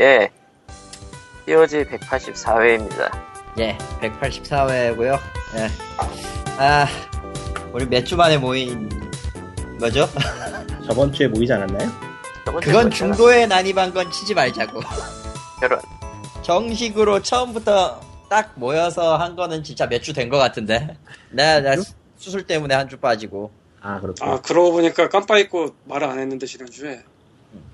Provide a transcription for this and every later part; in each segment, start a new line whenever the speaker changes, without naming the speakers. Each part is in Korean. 예. POG 184회입니다.
예, 184회고요. 예. 아, 우리 몇 주 만에 모인 뭐죠?
아,
저번 주에 모이지 않았나요?
그건 중도에 난입한 건 치지 말자고.
결혼.
정식으로 처음부터 딱 모여서 한 거는 진짜 몇 주 된 것 같은데. 나, 나
음?
수- 수술 때문에 한 주 빠지고.
아 그렇군.
아 그러고 보니까 깜빡 잊고 말을 안 했는데 지난주에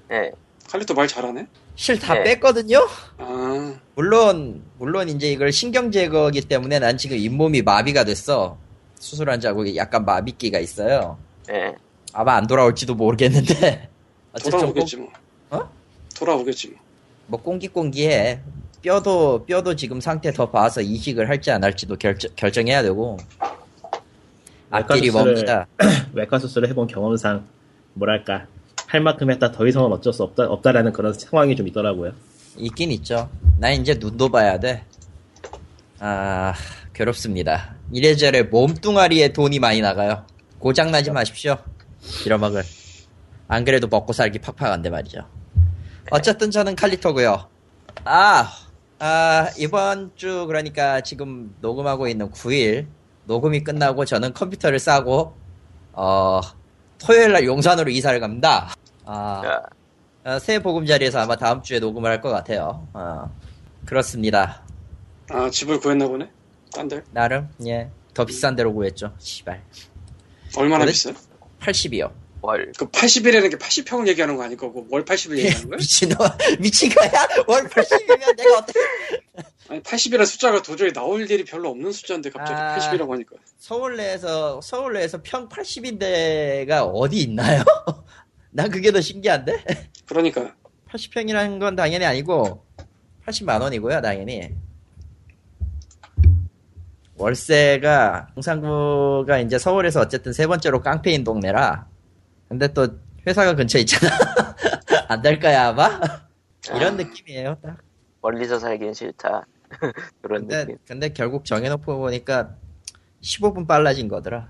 예.
칼리토 말 잘하네
실 다
네.
뺐거든요?
아
물론, 물론 이제 이걸 신경 제거기 때문에 난 지금 잇몸이 마비가 됐어. 수술한 자국이 약간 마비기가 있어요.
예.
아마 안 돌아올지도 모르겠는데. 어쨌든 꼭-
돌아오겠지 뭐
어?
돌아오겠지 뭐
뭐 꽁기꽁기해. 뼈도 뼈도 지금 상태 더 봐서 이식을 할지 안 할지도 결정, 결정해야 되고 앞길이
외과 수술을-
멉니다.
외과 수술을 해본 경험상 뭐랄까 할 만큼 했다 더 이상은 어쩔 수 없다 없다라는 그런 상황이 좀 있더라고요.
있긴 있죠. 나 이제 눈도 봐야 돼. 아 괴롭습니다. 이래저래 몸뚱아리에 돈이 많이 나가요. 고장 나지 마십시오. 빌어먹을. 안 그래도 먹고 살기 팍팍한데 말이죠. 어쨌든 저는 칼리토고요. 아, 아, 이번 주 그러니까 지금 녹음하고 있는 9일 녹음이 끝나고 저는 컴퓨터를 싸고 어 토요일 날 용산으로 이사를 갑니다. 아,
자,
어, 새 보금자리에서 아마 다음 주에 녹음을 할 것 같아요. 어, 그렇습니다.
아 집을 구했나 보네 딴데
나름 예 더 비싼 데로 구했죠. 시발
얼마나
그래?
비싸요?
80이요.
월.
그 80이라는 게 80평을 얘기하는 거 아닐 거고 월 80을 얘기하는 거야?
미친놈 미친 거야? 월 80이면 내가 어떻게
아니 80이라는 숫자가 도저히 나올 일이 별로 없는 숫자인데 갑자기
아.
80이라고 하니까
서울 내에서 서울 내에서 평 80인데가 어디 있나요? 난 그게 더 신기한데
그러니까
80평이라는 건 당연히 아니고 80만 원이고요 당연히 월세가 용산구가 이제 서울에서 어쨌든 세 번째로 깡패인 동네라 근데 또 회사가 근처에 있잖아 안 될까야 아마 이런 느낌이에요 딱
멀리서 살긴 싫다. 그런
근데
느낌.
근데 결국 정해놓고 보니까 15분 빨라진 거더라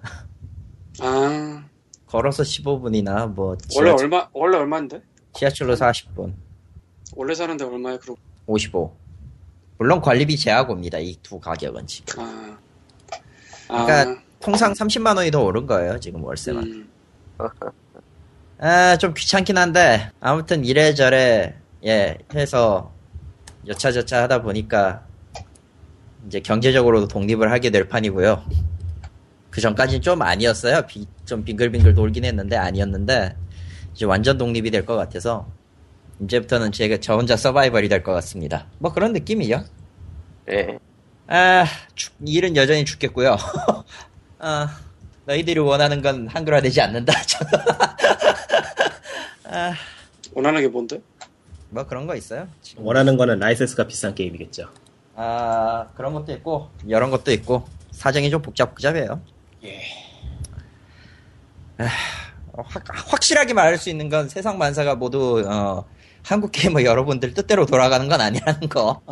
아
걸어서 15분이나 뭐
원래
지하,
얼마 원래 얼마인데?
지하철로 40분
원래 사는데 얼마야 그러고
55 물론 관리비 제하고입니다 이 두 가격은 지금
아, 아
그러니까 통상 30만 원이 더 오른 거예요 지금 월세만
음,
아 좀 귀찮긴 한데 아무튼 이래저래 예 해서 여차저차 하다 보니까 이제 경제적으로도 독립을 하게 될 판이고요 그 전까지는 좀 아니었어요 비- 좀 빙글빙글 돌긴 했는데 아니었는데 이제 완전 독립이 될 것 같아서 이제부터는 제가 저 혼자 서바이벌이 될 것 같습니다 뭐 그런 느낌이요
예.
아, 죽- 일은 여전히 죽겠고요. 아, 너희들이 원하는 건 한글화되지 않는다.
원하는 게 뭔데?
뭐 그런 거 있어요. 지금.
원하는 거는 라이센스가 비싼 게임이겠죠.
아, 그런 것도 있고, 이런 것도 있고, 사정이 좀 복잡복잡해요. 예. 확, 확실하게 말할 수 있는 건 세상 만사가 모두, 어, 한국 게임의 여러분들 뜻대로 돌아가는 건 아니라는 거.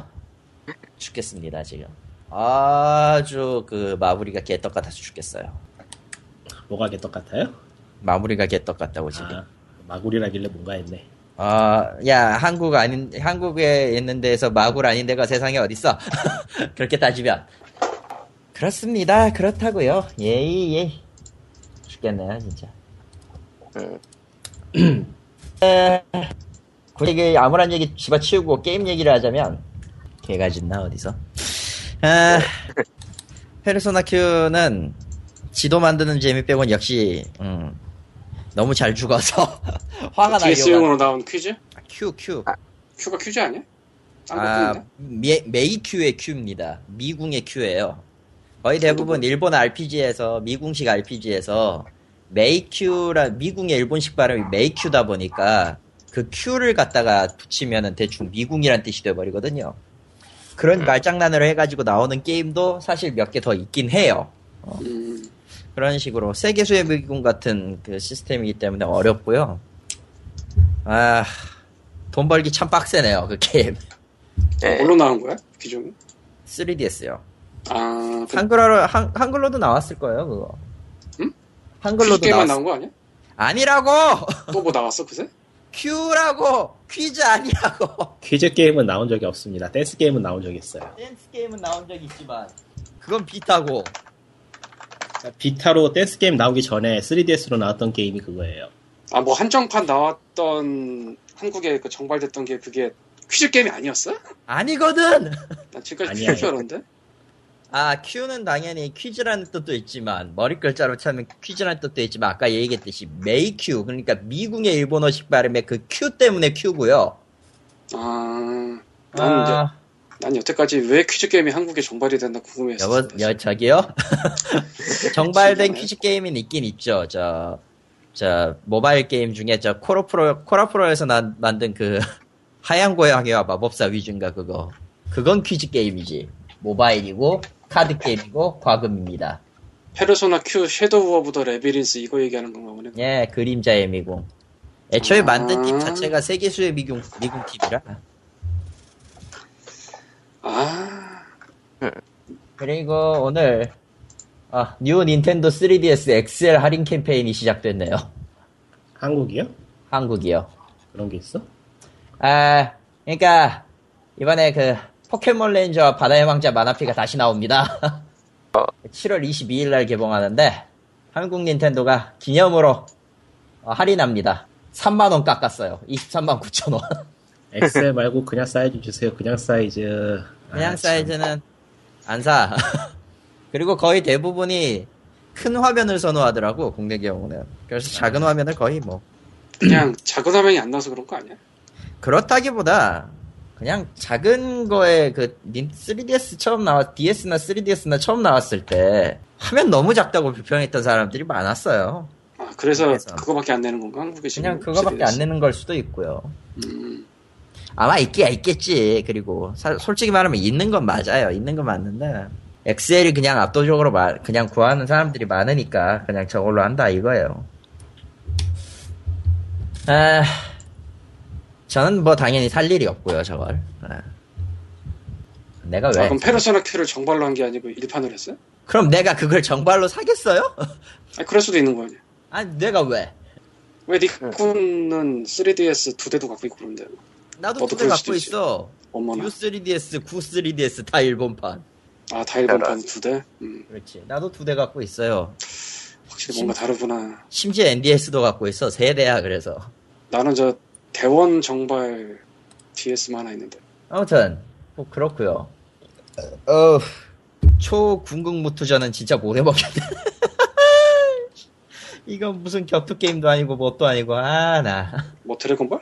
죽겠습니다, 지금. 아주 그 마무리가 개떡 같아서 죽겠어요.
뭐가 개떡 같아요?
마무리가 개떡 같다고 지금.
아 마구리라길래 뭔가 했네.
아, 야, 한국 아닌, 한국에 있는 데에서 마굴 아닌 데가 세상에 어딨어? 그렇게 따지면. 그렇습니다. 그렇다고요 예이, 예. 죽겠네요, 진짜.
음.
네.
에, 굳이 이게 아무런 얘기 집어치우고 게임 얘기를 하자면, 개가 짖나, 어디서? 아, 페르소나 Q는 지도 만드는 재미 빼곤 역시, 음, 너무 잘 죽어서, 화가 나요.
그 DS용으로 나온 퀴즈?
Q, Q.
큐가 퀴즈 아니야? 딴거
아,
퀴즈인데?
미- 메이큐의 큐입니다. 미궁의 큐예요. 거의 대부분 일본 RPG에서 미궁식 RPG에서 메이큐라 미궁의 일본식 발음이 메이큐다 보니까 그 큐를 갖다가 붙이면은 대충 미궁이란 뜻이 돼 버리거든요. 그런 말장난을 해가지고 나오는 게임도 사실 몇 개 더 있긴 해요.
음,
그런 식으로 세계수의 미궁 같은 그 시스템이기 때문에 어렵고요. 아, 돈 벌기 참 빡세네요 그 게임. 네.
예.
뭘로 나온 거야? 기종?
3DS요.
아, 그
한글화로 한, 한글로도 나왔을 거예요 그거.
응?
한글로도
게임만
나왔.
나온 거 아니야?
아니라고
또 뭐 나왔어 그새?
Q라고 퀴즈 아니라고.
퀴즈 게임은 나온 적이 없습니다. 댄스 게임은 나온 적이 있어요.
댄스 게임은 나온 적 있지만 그건 비타고.
자, 비타로 댄스 게임 나오기 전에 3DS로 나왔던 게임이 그거예요.
아 뭐 한정판 나왔던 한국에 그 정발됐던 게 그게 퀴즈 게임이 아니었어?
아니거든.
난 지금까지
아니야.
퀴즈인 줄 알았는데.
아 큐는 당연히 퀴즈라는 뜻도 있지만 머리 글자로 치면 퀴즈라는 뜻도 있지만 아까 얘기했듯이 메이큐 그러니까 미국의 일본어식 발음의 그 큐 때문에 큐고요.
아, 난 이제
아,
난 여태까지 왜 퀴즈 게임이 한국에 정발이 된다 궁금했어.
여보, 여, 저기요? 정발된 퀴즈 게임은 있긴 있죠. 저, 저, 모바일 게임 중에 저 코로프로, 코라프로에서 난, 만든 그, 하얀 고양이와 마법사 위주인가 그거. 그건 퀴즈 게임이지. 모바일이고, 카드 게임이고, 과금입니다.
페르소나 Q 섀도우 오브 더 레비린스 이거 얘기하는 건가 보네.
예, 그림자의 미궁. 애초에 만든 팀
음.
자체가 세계수의 미궁, 미궁 팀이라.
아,
그리고 오늘, 아, 뉴 닌텐도 3DS XL 할인 캠페인이 시작됐네요.
한국이요?
한국이요.
그런 게 있어?
아, 그러니까 이번에 그 포켓몬 레인저와 바다의 왕자 만화피가 다시 나옵니다. 7월 22일 날 개봉하는데 한국 닌텐도가 기념으로 어, 할인합니다. 3만 원 깎았어요. 23만 9천 원.
엑셀 말고 그냥 사이즈 주세요. 그냥 사이즈. 아,
그냥
참.
사이즈는 안 사. 그리고 거의 대부분이 큰 화면을 선호하더라고 국내 경우는. 그래서 작은 화면을 거의 뭐
그냥 작은 화면이 안 나와서 그런 거 아니야?
그렇다기보다 그냥 작은 거에 그 닌- 3DS 처음 나왔 DS나 3DS나 처음 나왔을 때 화면 너무 작다고 비평했던 사람들이 많았어요.
아, 그래서
그래서.
그거밖에 안 내는 건가? 한국에
그냥
지금
그거밖에 안
시리즈.
내는 걸 수도 있고요.
음,
아마 있기야 있겠지. 그리고 사- 솔직히 말하면 있는 건 맞아요. 있는 건 맞는데 엑셀이 그냥 압도적으로 마- 그냥 구하는 사람들이 많으니까 그냥 저걸로 한다 이거예요. 아, 저는 뭐 당연히 살 일이 없고요 저걸. 아. 내가
아,
왜?
그럼 페르소나 Q를 정발로 한 게 아니고 일판으로 했어요?
그럼 내가 그걸 정발로 사겠어요?
아, 그럴 수도 있는 거 아니야?
아니 내가 왜?
왜 니콘은 3DS 두 대도 갖고 있고 그런데
나도
너도
두 개
그럴
갖고
수도 있지.
있어.
어머나.
U 3DS, 9 3DS 다 일본판.
아, 다 일본판
알았어.
두 대? 음,
그렇지. 나도 두 대 갖고 있어요.
확실히 뭔가 다르구나.
심지어 NDS도 갖고 있어. 세대야, 그래서.
나는 저 대원 정발 DS만 하나 있는데.
아무튼, 뭐, 그렇구요. 어, 초궁극무투전은 진짜 못 해먹겠네. 이건 무슨 격투게임도 아니고, 뭣도 아니고, 아, 나.
뭐 드래곤볼?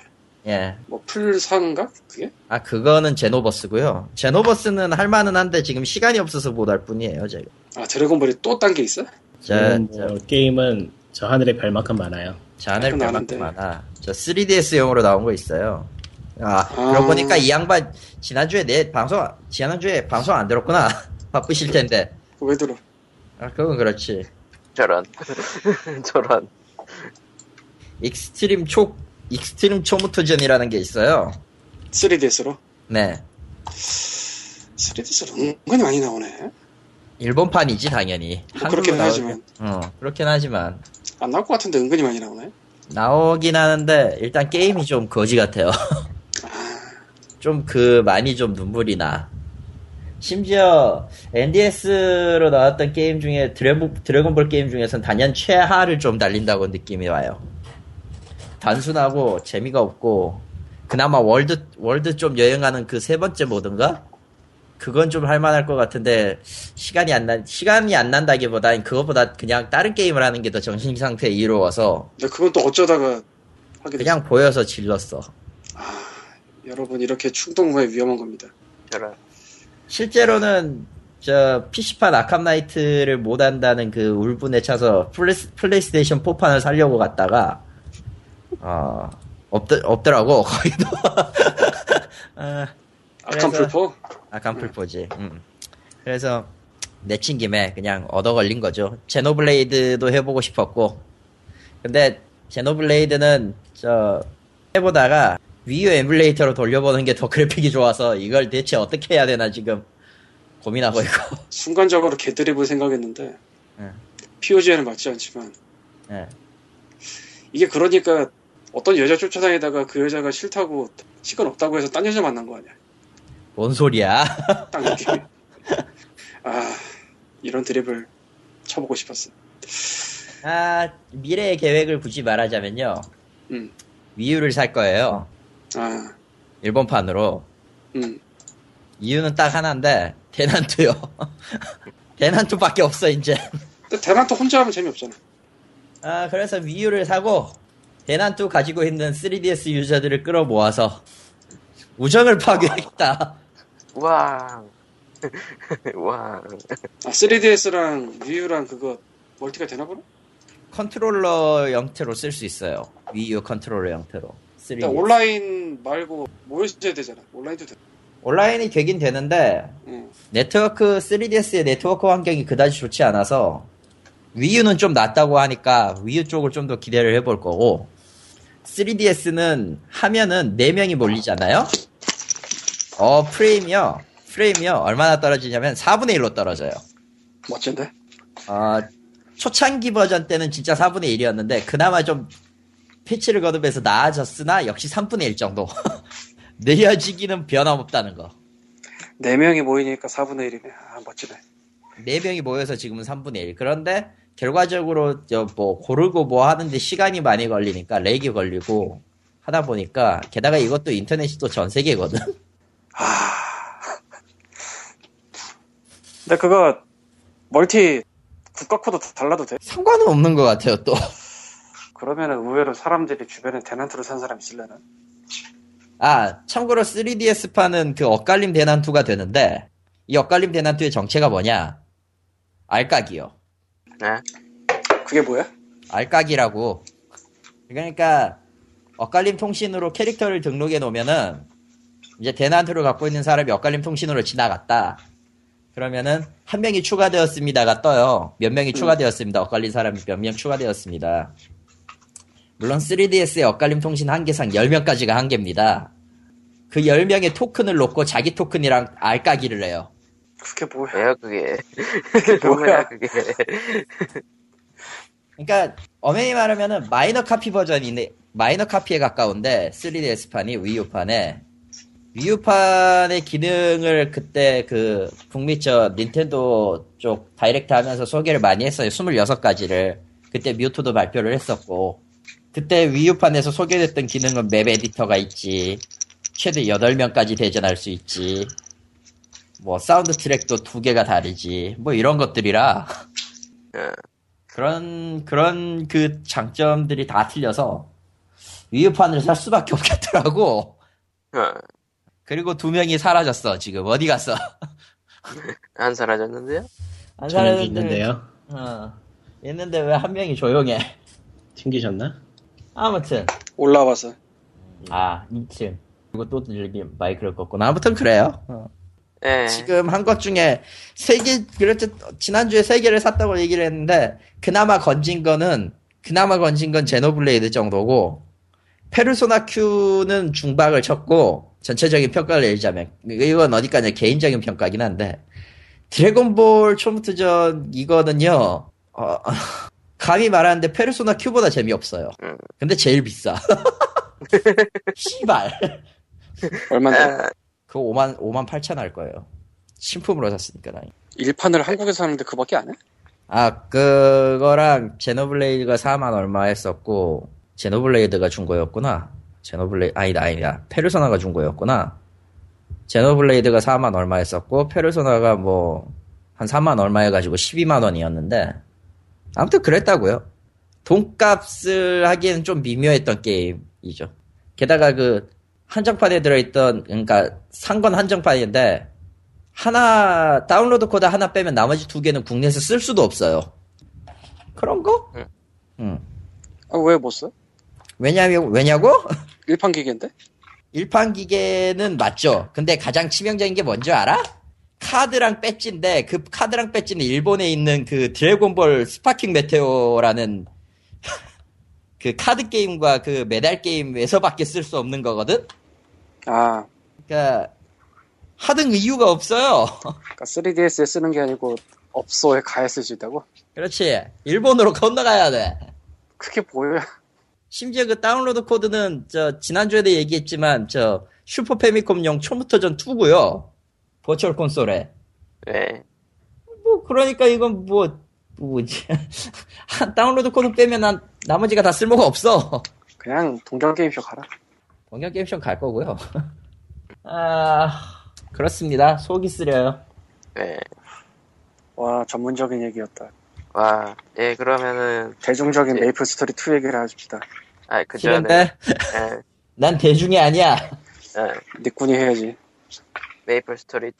예.
뭐 풀상가? 그게?
아, 그거는 제노버스고요 제노버스는 할만은 한데, 지금 시간이 없어서 못 할 뿐이에요, 제가.
아, 드래곤볼이 또 딴 게 있어?
저,
지금 뭐 게임은 저 하늘의 별만큼 많아요.
저 하늘
깔끔하는데.
별만큼 많아. 저 3DS용으로 나온 거 있어요. 아, 그러고
아.
보니까 이 양반, 지난주에 내 방송, 지난주에 방송 안 들었구나. 바쁘실 텐데.
그거 왜 들어?
아, 그건 그렇지.
저런. 저런.
익스트림 초, 익스트림 초무토전이라는 게 있어요.
3DS로?
네.
3DS로 은근히 많이 나오네.
일본판이지, 당연히.
뭐
한국은
그렇긴 하지만.
나오- 어, 그렇긴 하지만.
안 나올 것 같은데 은근히 많이 나오네.
나오긴 하는데, 일단 게임이 좀 거지 같아요. 좀 그, 많이 좀 눈물이 나. 심지어, NDS로 나왔던 게임 중에, 드래곤, 드래곤볼 게임 중에선 단연 최하를 좀 달린다고 느낌이 와요. 단순하고, 재미가 없고, 그나마 월드, 월드 좀 여행하는 그 세 번째 모든가? 그건 좀 할만할 것 같은데, 시간이 안 난, 시간이 안 난다기보단, 그거보다 그냥 다른 게임을 하는 게 더 정신 상태에 이로워서,
근데 그건 또 어쩌다가 하게 됐어. 아,
그냥 보여서 질렀어.
여러분 이렇게 충동구에 위험한 겁니다.
저런.
실제로는 저 PC판 아캄나이트를 못 한다는 그 울분에 차서 플레스, 플레이스테이션 4판을 살려고 갔다가 어 없더, 없더라고 거기도 아,
아칸
그래서-
풀포?
아캄풀포지 음. 그래서 내친 김에 그냥 얻어 걸린 거죠 제노블레이드도 해보고 싶었고 근데 제노블레이드는 저 해보다가 위유 에뮬레이터로 돌려보는 게 더 그래픽이 좋아서 이걸 대체 어떻게 해야 되나 지금 고민하고 있고
순간적으로 개드립을 생각했는데
예.
POG에는 맞지 않지만
예.
이게 그러니까 어떤 여자 쫓아다니다가 그 여자가 싫다고 시간 없다고 해서 딴 여자 만난 거 아니야?
뭔 소리야?
딴 느낌. 아 이런 드립을 쳐보고 싶었어.
아, 미래의 계획을 굳이 말하자면요.
음.
위유를 살 거예요.
아
일본판으로.
음.
이유는 딱 하나인데, 대난투요. 대난투밖에 없어, 이제.
근데 대란토 혼자 하면 재미없잖아.
아, 그래서 위유를 사고, 대난투 가지고 있는 3DS 유저들을 끌어모아서, 우정을 파괴했다.
왕. 왕.
아 3DS랑 위유랑 그거 멀티가 되나 보나?
컨트롤러 형태로 쓸 수 있어요. 위유 컨트롤러 형태로. 3DS.
일단 그러니까 온라인 말고 모여서 해야 되잖아. 온라인도 돼. 음.
온라인이 되긴 되는데,
응.
네트워크 3DS의 네트워크 환경이 그다지 좋지 않아서 위유는 좀 낫다고 하니까 위유 쪽을 좀 더 기대를 해볼 거고 3DS는 화면은 4명이 몰리잖아요 어 프레임이요 프레임이요 얼마나 떨어지냐면 4분의 1로 떨어져요
멋진데?
어, 초창기 버전 때는 진짜 4분의 1이었는데 그나마 좀 패치를 거듭해서 나아졌으나 역시 3분의 1 정도 느려지기는 변함없다는 거
네 명이 모이니까 4분의 1이네. 아 멋지네.
네 명이 모여서 지금은 3분의 1. 그런데 결과적으로 저 뭐 고르고 뭐 하는데 시간이 많이 걸리니까 렉이 걸리고 하다 보니까 게다가 이것도 인터넷이 또 전 세계거든.
근데 그거 멀티 국가 코드 다 달라도 돼?
상관은 없는 것 같아요 또.
그러면은 의외로 사람들이 주변에 대난투를 산 사람 있을래나?
아 참고로 3DS 판은 그 엇갈림 대난투가 되는데 이 엇갈림 대난투의 정체가 뭐냐? 알까기요.
네?
그게 뭐야?
알까기라고. 그러니까 엇갈림 통신으로 캐릭터를 등록해 놓으면은 이제 대난투를 갖고 있는 사람이 엇갈림 통신으로 지나갔다. 그러면은 한 명이 추가되었습니다가 떠요. 몇 명이 추가되었습니다. 엇갈린 사람이 몇 명 추가되었습니다. 물론 3DS의 엇갈림 통신 한계상 10명까지가 한계입니다. 그 10명의 토큰을 놓고 자기 토큰이랑 알까기를 해요.
그게 뭐야?
뭐야, 그게.
뭐야?
뭐야, 그게.
그러니까 엄연히 말하면은 마이너 카피 버전인데 마이너 카피에 가까운데 3DS 판이 위유 판에 위유 판의 기능을 그때 그 북미 저 닌텐도 쪽 다이렉트 하면서 소개를 많이 했어요. 26가지를 그때 뮤토도 발표를 했었고 그때 위유 판에서 소개됐던 기능은 맵 에디터가 있지. 최대 8명까지 대전할 수 있지. 뭐 사운드 트랙도 두 개가 다르지. 뭐 이런 것들이라
예.
그런 그런 그 장점들이 다 틀려서 위유판을 살 수밖에 없겠더라고.
어,
그리고 두 명이 사라졌어 지금 어디 갔어?
안 사라졌는데요?
안
저는 있는데요.
어, 있는데 왜 한 명이 조용해?
튕기셨나?
아무튼
올라와서
아 2층 그리고 또 들리기 마이크를 껐구나. 아무튼 그래요. 어.
예.
지금 한 것 중에 세 개 그랬죠 지난주에 세 개를 샀다고 얘기를 했는데 그나마 건진 거는 그나마 건진 건 제노블레이드 정도고 페르소나 Q는 중박을 쳤고 전체적인 평가를 내리자면 이건 어디까지 개인적인 평가긴 한데 드래곤볼 초무트전 이거는요 어, 감히 말하는데 페르소나 Q보다 재미없어요.
음.
근데 제일 비싸. 씨발.
얼마나
네.
아,
그거 5만 5만 8천 할 거예요. 신품으로 샀으니까 나.
일판을 한국에서 하는데 그밖에 안 해?
아 그거랑 제노블레이드가 4만 얼마 했었고 제노블레이드가 준 거였구나. 제노블레이 아니다 아니다 페르소나가 준 거였구나. 제노블레이드가 4만 얼마 했었고 페르소나가 뭐 한 4만 얼마 해가지고 12만 원이었는데 아무튼 그랬다고요. 돈값을 하기에는 좀 미묘했던 게임이죠. 게다가 그 한정판에 들어있던 그러니까 산 건 한정판인데 하나 다운로드 코드 하나 빼면 나머지 두 개는 국내에서 쓸 수도 없어요. 그런 거?
응.
응.
아, 왜 못 써?
왜냐면 왜냐고?
일판 기계인데?
일판 기계는 맞죠. 근데 가장 치명적인 게 뭔지 알아? 카드랑 배지인데 그 카드랑 배지는 일본에 있는 그 드래곤볼 스파킹 메테오라는 그 카드 게임과 그 메달 게임에서밖에 쓸 수 없는 거거든.
아,
그러니까 하등 이유가 없어요.
그러니까 3DS에 쓰는 게 아니고 업소에 가야 쓸 수 있다고?
그렇지. 일본으로 건너가야 돼.
그게 뭐야?
심지어 그 다운로드 코드는 저 지난주에도 얘기했지만 저 슈퍼 패미컴용 초무터전 2고요. 버추얼 콘솔에.
예.
뭐 그러니까 이건 뭐 뭐지? 한 다운로드 코드 빼면 난 나머지가 다 쓸모가 없어.
그냥 동경 게임쇼 가라.
원격 게임쇼 갈 거고요. 아 그렇습니다. 속이 쓰려요.
예.
와 전문적인 얘기였다.
와. 예, 그러면은,
대중적인
예.
메이플 스토리 2 얘기를 합시다.
아, 그 전에,
싫은데
예,
난 대중이 아니야.
예,
니꾼이 해야지.
메이플 스토리 2.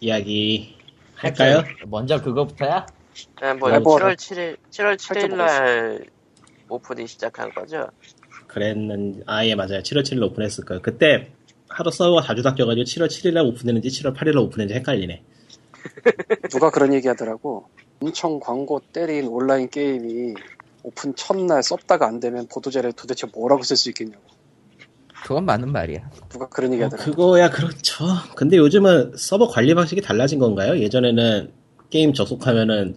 이야기 할까요?
먼저 그거부터야?
예, 뭐,
해보라.
7월 7일, 7월 7일 날 오픈이 시작한 거죠?
그랬는 아예 맞아요. 7월 7일 오픈했을 거예요. 그때 하루 서버가 자주 바뀌어가지고 7월 7일에 오픈했는지 7월 8일에 오픈했는지 헷갈리네.
누가 그런 얘기 하더라고. 엄청 광고 때린 온라인 게임이 오픈 첫날 썩다가 안 되면 보도자를 도대체 뭐라고 쓸 수 있겠냐고.
그건 맞는 말이야.
누가 그런 얘기
뭐
하더라고.
그거야 그렇죠. 근데 요즘은 서버 관리 방식이 달라진 건가요? 예전에는 게임 접속하면은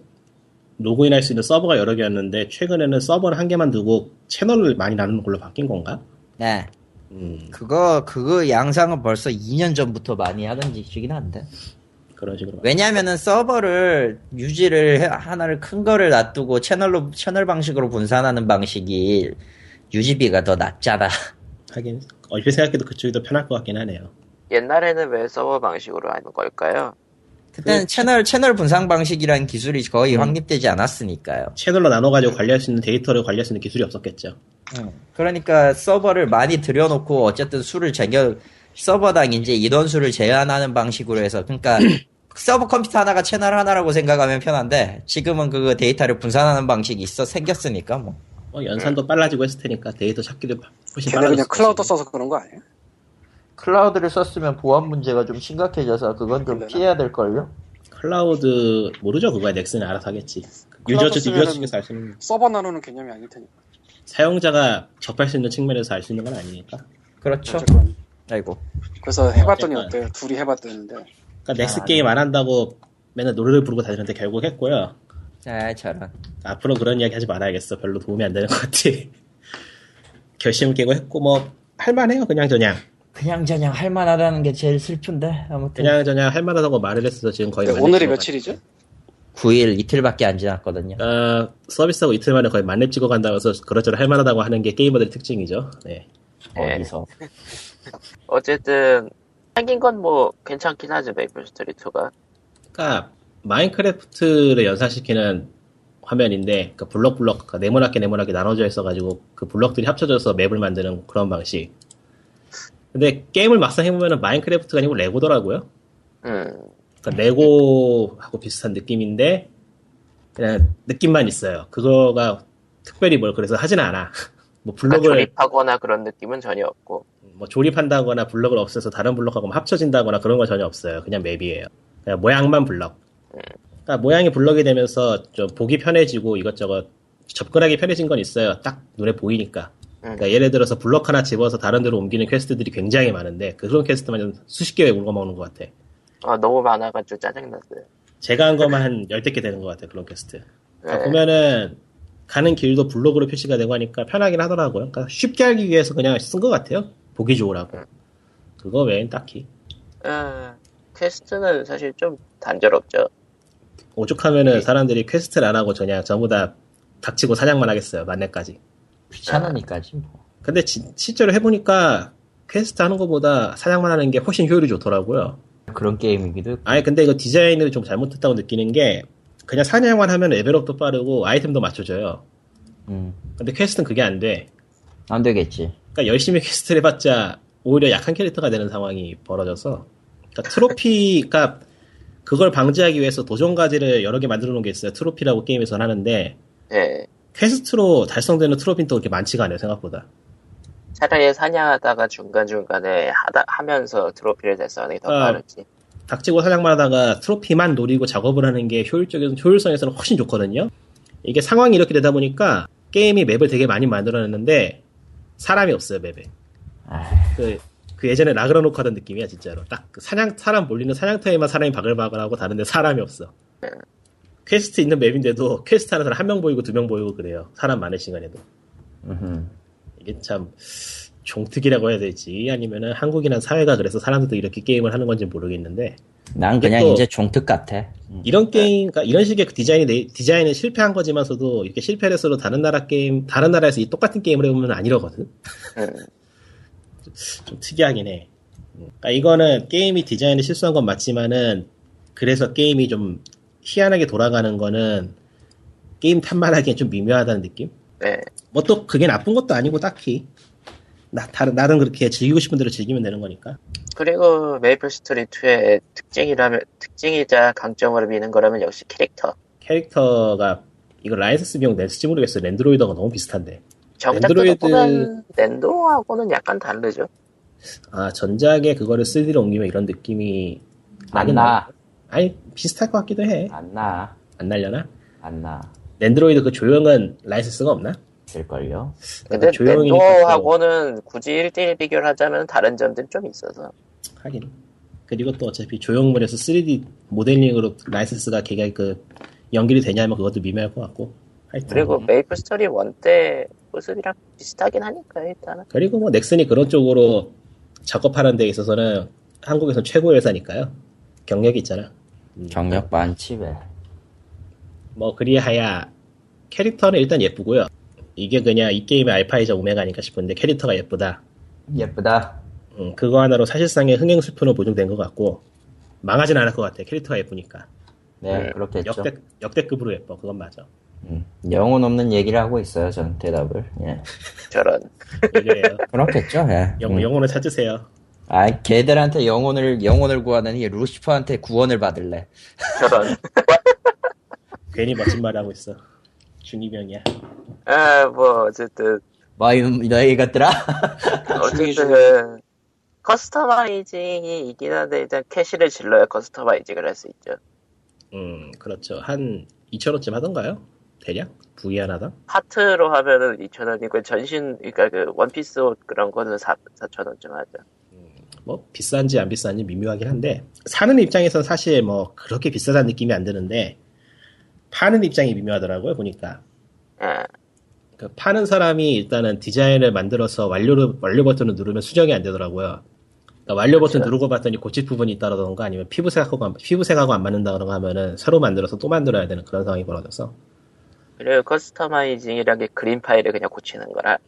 로그인할 수 있는 서버가 여러 개였는데 최근에는 서버를 한 개만 두고 채널을 많이 나누는 걸로 바뀐 건가?
네.
음
그거 그거 양상은 벌써 2년 전부터 많이 하던 짓이긴 한데.
그런 식으로.
왜냐면은 서버를 유지를 해- 하나를 큰 거를 놔두고 채널로 채널 방식으로 분산하는 방식이 유지비가 더 낫잖아.
하긴 얼핏 생각해도 그쪽이 더 편할 것 같긴 하네요.
옛날에는 왜 서버 방식으로 하는 걸까요?
그때는
그-
채널 채널 분산 방식이라는 기술이 거의 확립되지 않았으니까요.
채널로
네.
나눠가지고 관리할 수 있는 데이터를 관리할 수 있는 기술이 없었겠죠.
그러니까 서버를 많이 들여놓고 어쨌든 수를 쟁여 서버당 이제 이던 수를 제한하는 방식으로 해서 그러니까 서버 컴퓨터 하나가 채널 하나라고 생각하면 편한데 지금은 그 데이터를 분산하는 방식이 있어 생겼으니까 뭐.
어, 연산도 빨라지고 했을 테니까 데이터 찾기도 훨씬
네. 걔네
빨라졌을
그냥 클라우드
것이고.
써서 그런 거 아니야?
클라우드를 썼으면 보안 문제가 좀 심각해져서 그건 좀
그러나?
피해야 될걸요?
클라우드 모르죠 그거야 넥슨은 알아서 하겠지.
그 클라우드
유저 측
쓰면은-
유저 측에서 알 수 있는
서버 나누는 개념이 아닐 테니까.
사용자가 접할 수 있는 측면에서 알 수 있는 건 아니니까.
그렇죠.
어쨌건.
아이고.
그래서 해봤더니
어쨌건.
어때요? 둘이 해봤다는데.
그러니까 넥스
네.
아,
게임 안 한다고 맨날 노래를 부르고 다니는데 결국 했고요.
아, 저런.
앞으로 그런 이야기 하지 말아야겠어. 별로 도움이 안 되는 것 같아. 결심을 깨고 했고 뭐 할만해요 그냥 저냥
그냥저냥 할만하다는 게 제일 슬픈데, 아무튼.
그냥 저냥 할만하다고 말을 했어서 지금 거의 만렙
근데 음. 네, 오늘이
찍어가-
며칠이죠?
9일 이틀밖에 안 지났거든요.
어, 서비스하고 이틀 만에 거의 만렙 찍어 간다면서 그렇저럭 할만하다고 하는 게 게이머들의 특징이죠. 네.
예.
어디서.
어쨌든, 생긴 건 뭐, 괜찮긴 하죠, 메이플 스토리 2가.
그러니까 마인크래프트를 연상시키는 화면인데 그 블럭 블럭 그러니까 네모나게 네모나게 나눠져 있어가지고 그 블럭들이 합쳐져서 맵을 만드는 그런 방식. 근데 게임을 막상 해보면은 마인크래프트가 아니고 레고더라고요.
음,
그러니까 레고하고 비슷한 느낌인데 그냥 느낌만 있어요. 그거가 특별히 뭘 그래서 하진 않아. 뭐
그러니까
블럭을
조립하거나 그런 느낌은 전혀 없고.
뭐 조립한다거나 블럭을 없애서 다른 블럭하고 합쳐진다거나 그런 건 전혀 없어요. 그냥 맵이에요. 그냥 모양만 블럭. 그러니까 모양이 블럭이 되면서 좀 보기 편해지고 이것저것 접근하기 편해진 건 있어요. 딱 눈에 보이니까. 그러니까 예를 들어서 블럭 하나 집어서 다른 데로 옮기는 퀘스트들이 굉장히 많은데 그런 퀘스트만 수십 개 울거먹는 것 같아.
아, 너무 많아가지고 짜증났어요.
제가 한 거만 한 열댓 개 되는 것 같아 그런 퀘스트. 그러니까
예.
보면은 가는 길도 블록으로 표시가 되고 하니까 편하긴 하더라고요. 그러니까 쉽게 하기 위해서 그냥 쓴 것 같아요. 보기 좋으라고. 그거 외엔 딱히.
아, 퀘스트는 사실 좀 단조롭죠.
오죽하면은 사람들이 퀘스트를 안 하고 그냥 전부 다 닥치고 사냥만 하겠어요. 만렙까지.
귀찮으니까지 뭐.
근데 진- 실제로 해보니까 퀘스트 하는 것보다 사냥만 하는 게 훨씬 효율이 좋더라고요.
그런 게임이기도 했고.
아니 근데 이거 디자인을 좀 잘못했다고 느끼는 게 그냥 사냥만 하면 레벨업도 빠르고 아이템도 맞춰줘요.
음.
근데 퀘스트는 그게 안 돼.
안 되겠지.
그러니까 열심히 퀘스트를 해봤자 오히려 약한 캐릭터가 되는 상황이 벌어져서 그러니까 트로피가 그걸 방지하기 위해서 도전가지를 여러 개 만들어 놓은 게 있어요. 트로피라고 게임에서 하는데
예.
퀘스트로 달성되는 트로피는 또 그렇게 많지가 않아요, 생각보다.
차라리 사냥하다가 중간중간에 하다, 하면서 트로피를 달성하는 게 더
아.
빠르지.
닥치고 사냥만 하다가 트로피만 노리고 작업을 하는 게 효율적인, 효율성에서는 훨씬 좋거든요? 이게 상황이 이렇게 되다 보니까 게임이 맵을 되게 많이 만들어냈는데 사람이 없어요, 맵에.
아,
그, 그 예전에 라그라노크 하던 느낌이야, 진짜로. 딱그 사냥, 사람 몰리는 사냥터에만 사람이 바글바글하고 다른데 사람이 없어. 퀘스트 있는 맵인데도 퀘스트 하는 사람 한 명 보이고 두 명 보이고 그래요. 사람 많은 시간에도.
음흠.
이게 참 종특이라고 해야 되지 아니면은 한국이란 사회가 그래서 사람들도 이렇게 게임을 하는 건지 모르겠는데
난 그냥
또-
이제 종특 같아.
이런 게임, 그러니까 이런 식의 그 디자인이 내- 디자인은 실패한 거지만서도 이렇게 실패를 해서도 다른 나라 게임, 다른 나라에서 이 똑같은 게임을 해보면 아니러거든.
음.
좀 특이하긴 해. 그러니까 이거는 게임이 디자인에 실수한 건 맞지만은 그래서 게임이 좀 희한하게 돌아가는 거는 게임 탓만 하기엔 좀 미묘하다는 느낌?
네.
뭐 또 그게 나쁜 것도 아니고 딱히 나 다른 나름 그렇게 즐기고 싶은 대로 즐기면 되는 거니까.
그리고 메이플 스토리 2의 특징이라면 특징이자 강점으로 미는 거라면 역시 캐릭터.
캐릭터가 이거 라이선스 비용 낼지 모르겠어. 요 랜드로이더가 너무 비슷한데.
정작적으로
앤드로이드-
보면 랜도하고는 약간 다르죠.
아 전작에 그거를 3D로 옮기면 이런 느낌이
안
나긴
나.
아니 비슷할 것 같기도 해.
안 나.
안 날려나?
안 나.
랜드로이드 그 조용한 라이센스가 없나?
될걸요?
근데
조용히
랜도하고는 굳이 1대1 비교를 하자면 다른 점들이 좀 있어서.
하긴. 그리고 또 어차피 조형물에서 3D 모델링으로 라이센스가 걔가 그 연결이 되냐면 그것도 미묘할 것 같고. 하여튼.
그리고 메이플 스토리 1때 모습이랑 비슷하긴 하니까 일단은.
그리고 뭐 넥슨이 그런 쪽으로 작업하는 데 있어서는 한국에서 최고 회사니까요. 경력이 있잖아.
경력 반치배.
뭐 그리하야 캐릭터는 일단 예쁘고요. 이게 그냥 이 게임의 알파이자 오메가니까 싶은데 캐릭터가 예쁘다.
예쁘다.
음, 그거 하나로 사실상의 흥행 수표는 보증된 것 같고 망하진 않을 것 같아. 캐릭터가 예쁘니까.
네,
네,
그렇겠죠.
역대 역대급으로 예뻐. 그건 맞아.
음, 영혼 없는 얘기를 하고 있어요, 전 대답을. 예.
저런.
예외예요.
그렇겠죠, 예.
영,
음.
영혼을 찾으세요.
아, 걔들한테 영혼을, 영혼을 구하느니 루시퍼한테 구원을 받을래.
저런.
괜히 멋진 말 하고 있어. 중2병이야.
아, 뭐, 어쨌든.
뭐, 이놈, 너희 같더라?
아,
어쨌든. 커스터마이징이 있긴 한데, 일단 캐시를 질러야 커스터마이징을 할 수 있죠.
음, 그렇죠. 한 2,000원쯤 하던가요? 대략? 부위 하나당?
파트로 하면은 2,000원이고, 전신, 그니까 그, 원피스 옷 그런 거는 4, 4,000원쯤 하죠.
뭐, 비싼지 안 비싼지 미묘하긴 한데, 사는 입장에선 사실 뭐, 그렇게 비싸다는 느낌이 안 드는데, 파는 입장이 미묘하더라고요, 보니까.
예.
그 파는 사람이 일단은 디자인을 만들어서 완료를, 완료 버튼을 누르면 수정이 안 되더라고요. 그러니까 완료 버튼
그렇죠.
누르고 봤더니 고칠 부분이 있다라던가 아니면 피부색하고, 안- 피부색하고 안 맞는다던가 하면은 새로 만들어서 또 만들어야 되는 그런 상황이 벌어져서.
그리고 커스터마이징이란 게 그림 파일을 그냥 고치는 거라.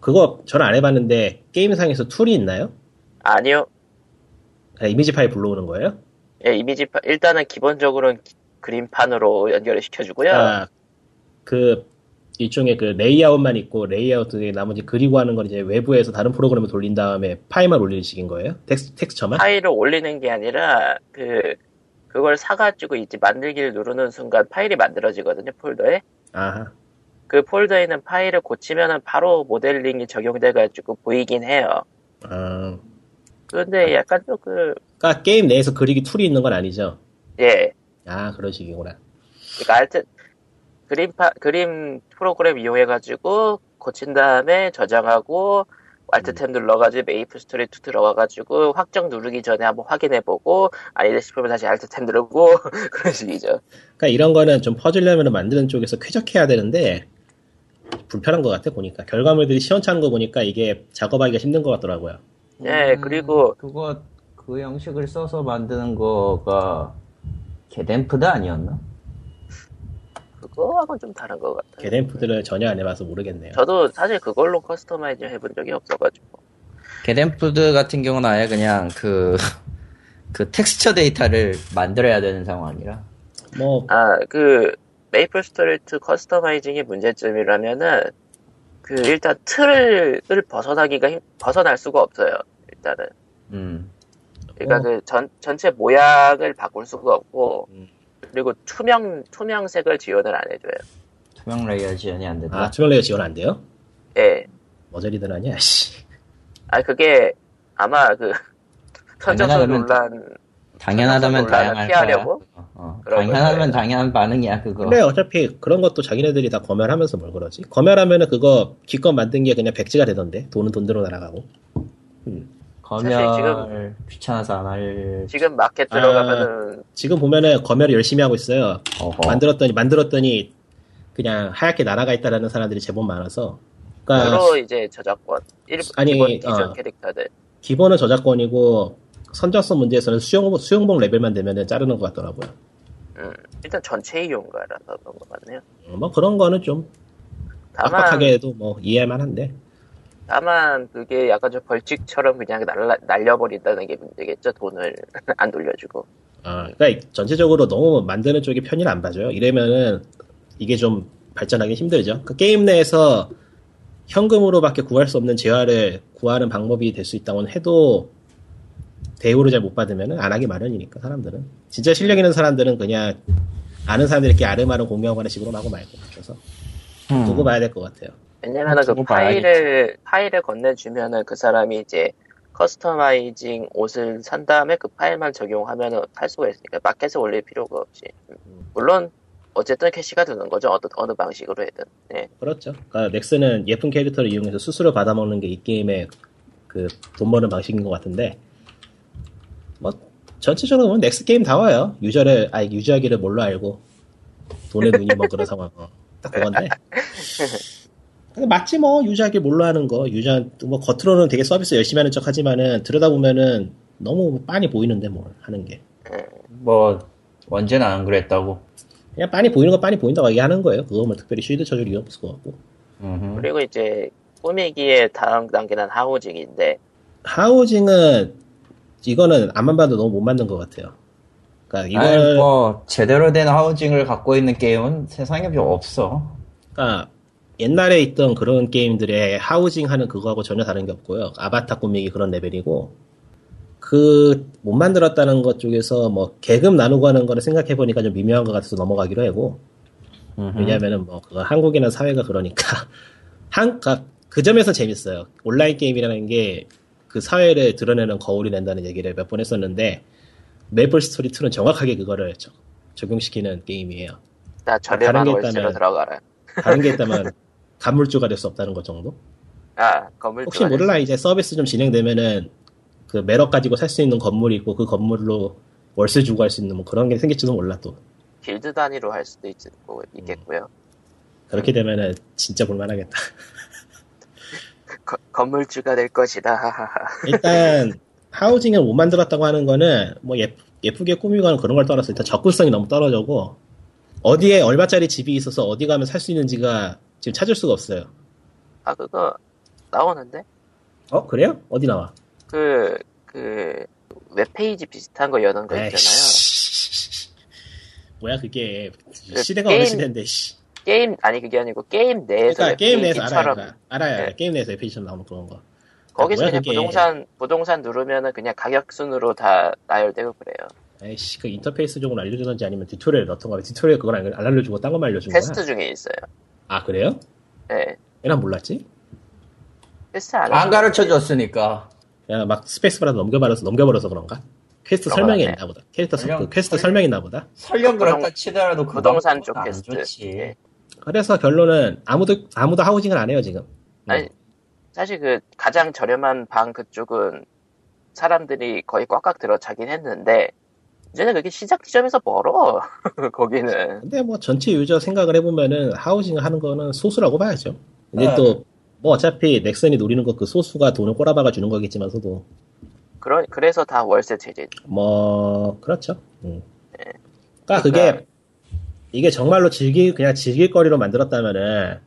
그거 저는 안 해봤는데 게임상에서 툴이 있나요?
아니요.
그냥 이미지 파일 불러오는 거예요?
예, 이미지, 파- 일단은 기본적으로는 기- 그림판으로 연결을 시켜주고요.
아, 그 일종의 그 레이아웃만 있고 레이아웃 중에 나머지 그리고 하는 건 이제 외부에서 다른 프로그램을 돌린 다음에 파일만 올리는 식인 거예요? 텍스, 텍스처만?
파일을 올리는 게 아니라, 그, 그걸 사가지고 이제 만들기를 누르는 순간 파일이 만들어지거든요, 폴더에.
아하.
그 폴더에 있는 파일을 고치면은 바로 모델링이 적용돼가지고 보이긴 해요.
아,
근데 약간 또 그,
그러니까 게임 내에서 그리기 툴이 있는 건 아니죠?
예.
아 그런 식이구나.
그러니까 하여튼, 그림, 파, 그림 프로그램 이용해가지고 고친 다음에 저장하고, 알트템 눌러가지고 메이플 스토리 2 들어가가지고 확정 누르기 전에 한번 확인해보고 아니다 싶으면 다시 알트템 누르고 그런 식이죠.
그러니까 이런 거는 좀 퍼지려면 만드는 쪽에서 쾌적해야 되는데 불편한 것 같아 보니까 결과물들이 시원찮은 거 보니까 이게 작업하기가 힘든 것 같더라고요.
예, 그리고-
어, 그거, 그 형식을 써서 만드는 거가, 개댐프드 아니었나?
그거하고는 좀 다른 것 같아요.
게덴푸드를 전혀 안 해봐서 모르겠네요.
저도 사실 그걸로 커스터마이즈 해본 적이 없어가지고.
개댐푸드 같은 경우는 아예 그냥 그, 그 텍스처 데이터를 만들어야 되는 상황이라.
뭐
아, 그, 메이플 스토리 2 커스터마이징의 문제점이라면은, 그, 일단 틀을 벗어나기가, 힘- 벗어날 수가 없어요. 일단은.
음.
그러니까
어.
그 전, 전체 모양을 바꿀 수가 없고,
음.
그리고 투명, 투명색을 지원을 안 해줘요.
투명 레이어 지원이 안 된다.
아, 투명 레이어 지원 안 돼요?
예.
머저리들 아니야, 씨.
아, 그게 아마 그, 선정성
당연하다면
논란,
당연하다면
그래서 논란을
다양할
피하려고?
거야. 어, 어.
그런
당연하면
거예요.
당연한 반응이야 그거.
근데 어차피 그런 것도 자기네들이 다 검열하면서 뭘 그러지? 검열하면은 그거 기껏 만든 게 그냥 백지가 되던데. 돈은 돈대로 날아가고.
검열 귀찮아서 안 할
지금 마켓
아.
들어가면은,
지금 보면은 검열을 열심히 하고 있어요.
어허.
만들었더니, 만들었더니 그냥 하얗게 날아가 있다라는 사람들이 제법 많아서 그러니까
주로 이제 저작권 일,
아니,
기본 기존
어.
캐릭터들
기본은 저작권이고 선정성 문제에서는 수용, 수용복 레벨만 되면 자르는 것 같더라고요.
음, 일단 전체 이용가라서 그런 것 같네요.
어, 뭐 그런 거는 좀
다만
빡빡하게 해도 뭐 이해할 만한데.
다만 그게 약간 좀 벌칙처럼 그냥 날라, 날려버린다는 게 문제겠죠. 돈을 안 돌려주고.
아, 그러니까 전체적으로 너무 만드는 쪽이 편의를 안 봐줘요. 이러면은 이게 좀 발전하기 힘들죠. 그 게임 내에서 현금으로밖에 구할 수 없는 재화를 구하는 방법이 될 수 있다고는 해도 대우를 잘 못 받으면 안 하기 마련이니까 사람들은 진짜 실력 있는 사람들은 그냥 아는 사람들끼리 아름아름 공유하고 하는 식으로 하고 말고 그래서
음.
두고 봐야 될 것 같아요.
왜냐면은 그
두고
파일을 파일을 건네주면은 그 사람이 이제 커스터마이징 옷을 산 다음에 그 파일만 적용하면은 살 수가 있으니까 마켓에 올릴 필요가 없이 음. 물론 어쨌든 캐시가 드는 거죠 어느 어느 방식으로 해든 예
그렇죠. 그러니까 넥슨은 예쁜 캐릭터를 이용해서 수수료 받아먹는 게 이 게임의 그 돈 버는 방식인 것 같은데 뭐 전체적으로 보면 넥슨 게임 다 와요. 유저를 아 유저하기를 뭘로 알고 돈에 눈이 먼 그런 상황 어, 딱 그건데 근데 맞지 뭐 유저하기 뭘로 하는 거 유저 뭐 겉으로는 되게 서비스 열심히 하는 척 하지만은 들여다보면은 너무 빤히 보이는데 뭘 하는 게
뭐 언제나 안 그랬다고.
그냥 빤히 보이는 거 빤히 보인다고 얘기하는 거예요. 그거 뭐 특별히 쉴드 쳐줄 이유 없을 것 같고
음흠.
그리고 이제 꾸미기의 다음 단계는 하우징인데
하우징은 이거는 안만 봐도 너무 못 만든 것 같아요. 그러니까
아니,
이걸
뭐 제대로 된 하우징을 갖고 있는 게임은 세상에 좀 없어.
그러니까 옛날에 있던 그런 게임들의 하우징 하는 그거하고 전혀 다른 게 없고요. 아바타 꾸미기 그런 레벨이고 그 못 만들었다는 것 쪽에서 뭐 계급 나누고 하는 거를 생각해 보니까 좀 미묘한 것 같아서 넘어가기로 하고
음흠.
왜냐면은 뭐 그거 한국이나 사회가 그러니까 한, 그러니까 그 점에서 재밌어요. 온라인 게임이라는 게 그 사회를 드러내는 거울이 된다는 얘기를 몇 번 했었는데 메이플 스토리 2는 정확하게 그거를 적- 적용시키는 게임이에요.
나
아, 다른
저렴한
게
월세로
있다면-
들어가라
다른 게 있다면 간물주가 될 수 없다는 것 정도?
아 건물
혹시
들어가네.
몰라 이제 서비스 좀 진행되면은 그 매력 가지고 살 수 있는 건물이 있고 그 건물로 월세 주고 할 수 있는 뭐 그런 게 생길지도 몰라 또
길드 단위로 할 수도 있, 뭐 있겠고요
음. 그렇게 되면은 진짜 볼만하겠다.
거- 건물주가 될 것이다 하하하.
일단 하우징을 못 만들었다고 하는 거는 뭐 예, 예쁘게 꾸미거나 그런 걸 떠나서 일단 접근성이 너무 떨어져고 어디에 얼마짜리 집이 있어서 어디 가면 살 수 있는지가 지금 찾을 수가 없어요.
아 그거 나오는데
어 그래요? 어디 나와?
그, 그, 웹페이지 비슷한 거 여는 거 있잖아요.
에이씨. 뭐야 그게
그
시대가
게임-
어느 시대인데 씨.
게임, 아니, 그게 아니고 게임 내에서
그러니까 게임 내에서 알아야
웹페이지처럼.
알아, 알아야
네.
게임 내에서 에피션 나오는 그런 거. 그러니까
거기서
뭐야,
그냥
그게.
부동산, 부동산 누르면은 그냥 가격순으로 다 나열되고 그래요.
에이씨 그 인터페이스 쪽은 알려주던지 아니면 디토리얼 넣던가 왜 디토리얼 그건 안 알려주고 딴 것만 알려준
테스트
거야?
중에 있어요.
아 그래요?
네.
얘난 몰랐지?
테스트 안
안
하고.
가르쳐 줬으니까.
그냥 막 스페이스바라 넘겨버려서 넘겨버려서 그런가? 퀘스트
어,
설명이
맞네.
있나 보다. 캐릭터 설-
설명-
그 퀘스트 설명이 있나 보다.
설령 그렇다
부동-
치더라도 그
부동산
방법은 안
쪽
좋지.
테스트. 예.
그래서 결론은 아무도 아무도 하우징을 안 해요 지금.
아니, 사실 그 가장 저렴한 방 그쪽은 사람들이 거의 꽉꽉 들어차긴 했는데, 이제는 그게 시작 지점에서 멀어. 거기는.
근데 뭐 전체 유저 생각을 해보면은 하우징을 하는 거는 소수라고 봐야죠. 근데
네.
또 뭐 어차피 넥슨이 노리는 거 그 소수가 돈을 꼬라박아 주는 거겠지만서도
그러, 그래서 다 월세 제재.
뭐 그렇죠. 음. 그러니까
그러니까-
그게 이게 정말로 즐길 그냥 즐길 거리로 만들었다면은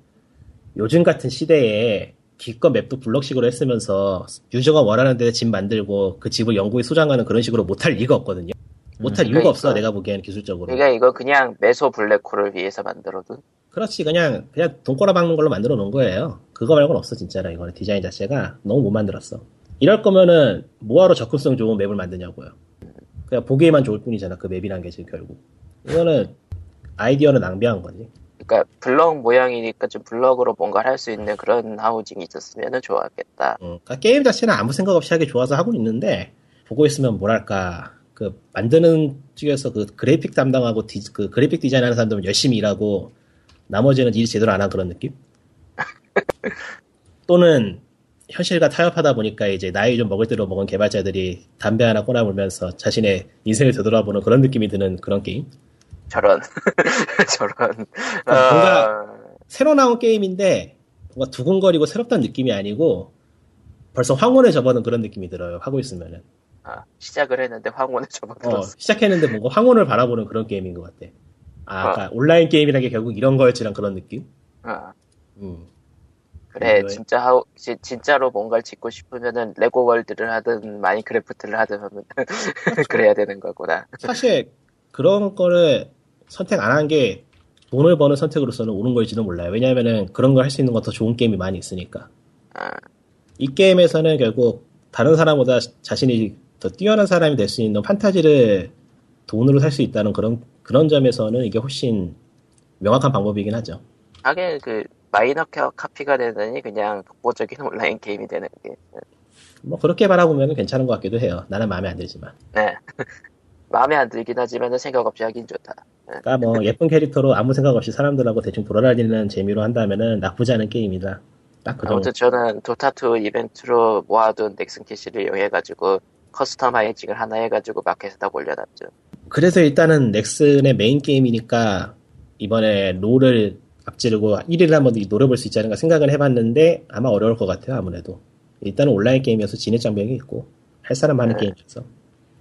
요즘 같은 시대에 기껏 맵도 블럭식으로 했으면서 유저가 원하는 데 집 만들고 그 집을 영구히 소장하는 그런 식으로 못할 리가 없거든요. 못할 이유가
그러니까.
없어 내가 보기엔 기술적으로.
그러니까 이거 그냥 메소 블랙홀을 위해서 만들어둔
그렇지 그냥 그냥 돈 꼬라박는 걸로 만들어 놓은 거예요. 그거 말고는 없어 진짜라 이거는 디자인 자체가 너무 못 만들었어. 이럴 거면은 뭐하러 접근성 좋은 맵을 만드냐고요. 그냥 보기에만 좋을 뿐이잖아 그 맵이란 게 지금 결국. 이거는 아이디어는 낭비한 거지.
그러니까 블럭 모양이니까 좀 블럭으로 뭔가를 할 수 있는 그런 하우징이 있었으면 좋았겠다.
어, 그러니까 게임 자체는 아무 생각 없이 하기 좋아서 하고 있는데 보고 있으면 뭐랄까 그 만드는 쪽에서 그 그래픽 담당하고 디, 그 그래픽 디자인하는 사람들은 열심히 일하고 나머지는 일 제대로 안 한 그런 느낌? 또는 현실과 타협하다 보니까 이제 나이 좀 먹을 대로 먹은 개발자들이 담배 하나 꼬나물면서 자신의 인생을 되돌아보는 그런 느낌이 드는 그런 게임?
저런 저런.
뭔가-
어,
새로 나온 게임인데 뭔가 두근거리고 새롭다는 느낌이 아니고 벌써 황혼에 접어든 그런 느낌이 들어요. 하고 있으면은.
아, 시작을 했는데 황혼에
어,
접어들었어.
시작했는데 뭔가 황혼을 바라보는 그런 게임인 것 같아. 아,
아.
그러니까 온라인 게임이라는 게 결국 이런 거였지란 그런 느낌?
어,
음.
그래
왜?
진짜 하우, 지- 진짜로 뭔가를 짓고 싶으면은 레고 월드를 하든 마인크래프트를 하든 하면 그래야 되는 거구나.
사실 그런 거를 선택 안 한 게 돈을 버는 선택으로서는 옳은 걸지도 몰라요. 왜냐면은 그런 걸 할 수 있는 건 더 좋은 게임이 많이 있으니까.
아.
이 게임에서는 결국 다른 사람보다 자신이 더 뛰어난 사람이 될 수 있는 판타지를 돈으로 살 수 있다는 그런 그런 점에서는 이게 훨씬 명확한 방법이긴 하죠.
하긴 그 마이너 카- 카피가 되더니 그냥 독보적인 온라인 게임이 되는 게.
뭐 그렇게 바라보면 괜찮은 것 같기도 해요. 나는 마음에 안 들지만.
네. 마음에 안 들긴 하지만은 생각 없이 하긴 좋다.
그러니까 뭐 예쁜 캐릭터로 아무 생각 없이 사람들하고 대충 돌아다니는 재미로 한다면은 나쁘지 않은 게임이다. 딱 그 정도.
아무튼 저는 도타2 이벤트로 모아둔 넥슨 캐시를 이용해가지고 커스텀 하이징을 하나 해가지고 마켓에다 올려놨죠.
그래서 일단은 넥슨의 메인 게임이니까 이번에 롤을 앞지르고 1위를 한번 노려볼 수 있지 않을까 생각을 해봤는데 아마 어려울 것 같아요 아무래도 일단은 온라인 게임이어서 진입 장벽이 있고 할 사람 많은
네.
게임이어서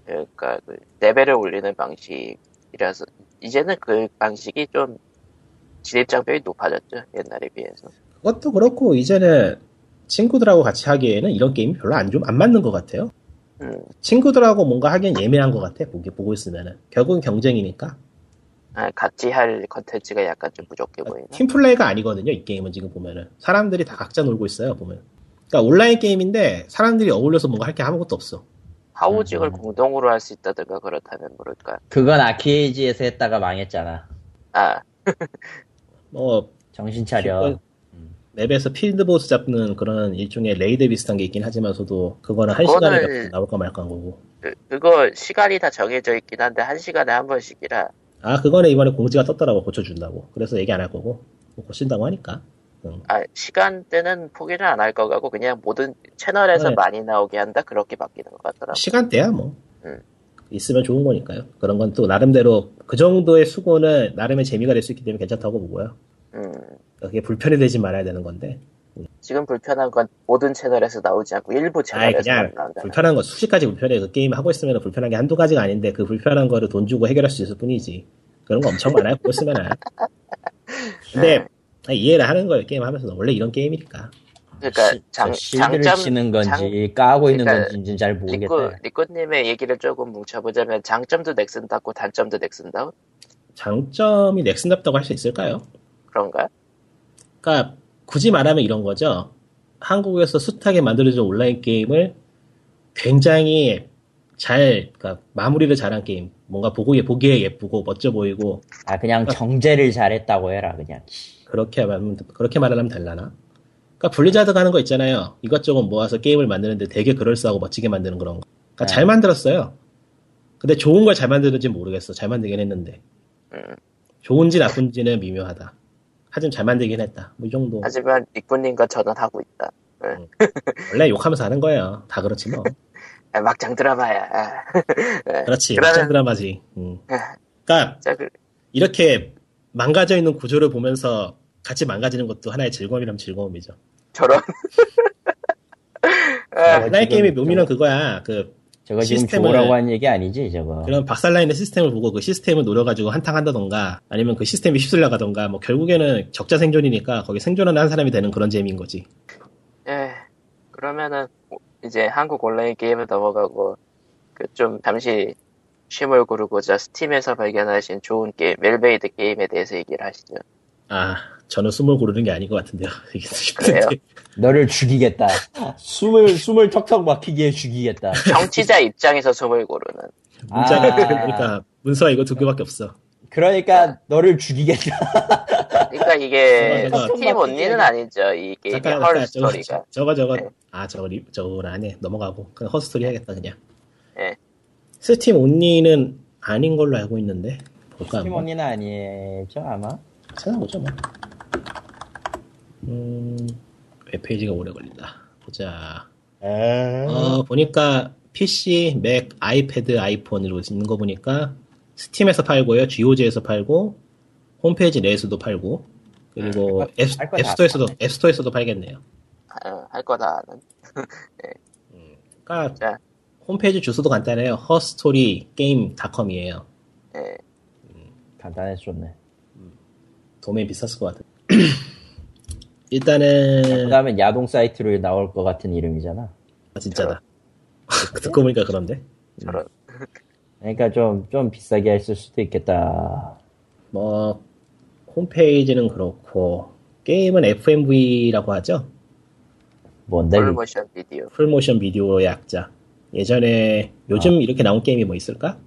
그러니까 그 레벨을 올리는 방식이라서 이제는 그 방식이 좀 진입장벽이 높아졌죠 옛날에 비해서.
그것도 그렇고 이제는 친구들하고 같이 하기에는 이런 게임이 별로 안 좀 안 맞는 것 같아요
음.
친구들하고 뭔가 하기엔 예민한 것 같아 보기 보고 있으면은 결국은 경쟁이니까
아, 같이 할 컨텐츠가 약간 좀 부족해 보이나.
아, 팀 플레이가 아니거든요. 이 게임은 지금 보면은 사람들이 다 각자 놀고 있어요. 보면. 그러니까 온라인 게임인데 사람들이 어울려서 뭔가 할 게 아무것도 없어.
하우징을
음.
공동으로 할 수 있다든가 그렇다면 모를까.
그건 아케이지에서 했다가 망했잖아.
아
뭐
정신 차려.
그러니까
맵에서 필드 보스 잡는 그런 일종의 레이드 비슷한 게 있긴 하지만서도 그거는 한
그거는-
시간에 몇 번 나올까 말까 한 거고.
그, 그거 시간이 다 정해져 있긴 한데 한 시간에 한 번씩이라
아 그거는 이번에 공지가 떴더라고 고쳐준다고. 그래서 얘기 안 할 거고 뭐 고친다고 하니까. 응.
아, 시간대는 포기를 안 할 것 같고 그냥 모든 채널에서
네.
많이 나오게 한다 그렇게 바뀌는 것 같더라고.
시간대야 뭐.
음.
있으면 좋은 거니까요. 그런 건 또 나름대로 그 정도의 수고는 나름의 재미가 될 수 있기 때문에 괜찮다고 보고요. 그러니까
음,
그게 불편이 되지 말아야 되는 건데.
지금 불편한 건 모든 채널에서 나오지 않고 일부
아이
채널에서만
그냥
나온다.
불편한 거 수십 가지 불편해 그 게임 하고 있으면 불편한 게 한두 가지가 아닌데 그 불편한 거를 돈 주고 해결할 수 있을 뿐이지 그런 거 엄청 많아요 그거 쓰면 안 근데 아, 이해를 하는 거예요 게임 하면서 원래 이런 게임이니까
그러니까
시-
장,
저 실드를
장점
치는 건지
장-
까고 있는
그러니까
건지 잘 모르겠다.
리코 리코님의 얘기를 조금 뭉쳐보자면 장점도 넥슨답고 단점도 넥슨다운
장점이 넥슨답다고 할 수 있을까요?
그런가?
그러니까 굳이 말하면 이런 거죠 한국에서 숱하게 만들어진 온라인 게임을 굉장히 잘 그러니까 마무리를 잘한 게임 뭔가 보고 보기에 예쁘고 멋져 보이고
아 그냥 정제를 잘했다고 해라 그냥.
그렇게 말하면 그렇게 말하면 달라나? 그러니까 블리자드 가는 거 있잖아요. 이것저것 모아서 게임을 만드는데 되게 그럴싸하고 멋지게 만드는 그런 거.
네.
그러니까 잘 만들었어요. 근데 좋은 걸 잘 만드는지 모르겠어. 잘 만들긴 했는데.
음.
좋은지 나쁜지는 미묘하다. 하지만 잘 만들긴 했다. 뭐 이 정도.
하지만 리코님과 저는 하고 있다.
원래 욕하면서 하는 거예요. 다 그렇지 뭐.
아, 막장 드라마야. 아. 네.
그렇지.
그러면-
막장 드라마지. 음. 그러니까
자, 그,
이렇게 망가져 있는 구조를 보면서 같이 망가지는 것도 하나의 즐거움이라면 즐거움이죠.
저런. 아,
저거 지금
온라인 게임의 묘미는 그거야. 그
저거 지금
시스템을-
좋으라고 한 얘기 아니지 저거.
그런 박살나 있는 시스템을 보고 그 시스템을 노려가지고 한탕 한다던가 아니면 그 시스템이 휩쓸려가던가 뭐 결국에는 적자 생존이니까 거기 생존하는 한 사람이 되는 그런 재미인 거지.
예. 그러면은 이제 한국 온라인 게임을 넘어가고 그 좀 잠시 쉼을 구르고자 스팀에서 발견하신 좋은 게임 멜베이드 게임에 대해서 얘기를 하시죠.
아 저는 숨을 고르는 게 아닌 것 같은데요. 이게 좀
그래요?
힘든데.
너를 죽이겠다. 숨을 숨을 턱턱 막히게 죽이겠다.
정치자 입장에서 숨을 고르는.
문자가
아.
그러니까 문서가 이거 두 개밖에 없어.
그러니까 너를 죽이겠다.
그러니까 이게
잠깐만,
스팀 언니는 아니죠 이 게임의
잠깐
헐
잠깐 저거 저-
스토리가.
저거 저거
네.
아 저거 리- 저거 안해 넘어가고 그냥 허스토리 해야겠다 그냥.
네.
스팀 온리는 아닌 걸로 알고 있는데 볼까
팀
한번
원이는 아니죠 아마.
찾아보죠 뭐. 음 웹페이지가 오래 걸린다. 보자. 어, 보니까 PC, 맥, 아이패드, 아이폰으로 있는 거 보니까 스팀에서 팔고요, GOG에서 팔고 홈페이지 내에서도 팔고 그리고 앱,
음, 할거다
앱스토어에서도 앱스토어에서도 팔겠네요.
어, 할 거다. 는
그러니까
자.
홈페이지 주소도 간단해요. 허스토리게임.com이에요.
예.
간단해졌네.
도메인 비쌌을 것 같은. 일단은
그다음에 야동 사이트로 나올 것 같은 이름이잖아.
아, 진짜다. 듣고 보니까 그런데.
저런.
음.
그러니까 좀, 좀 비싸게 했을 수도 있겠다.
뭐 홈페이지는 그렇고 게임은 FMV라고 하죠. 네.
뭔데?
풀모션 비디오.
풀모션 비디오의 약자. 예전에 요즘 이렇게 나온 게임이 뭐 있을까?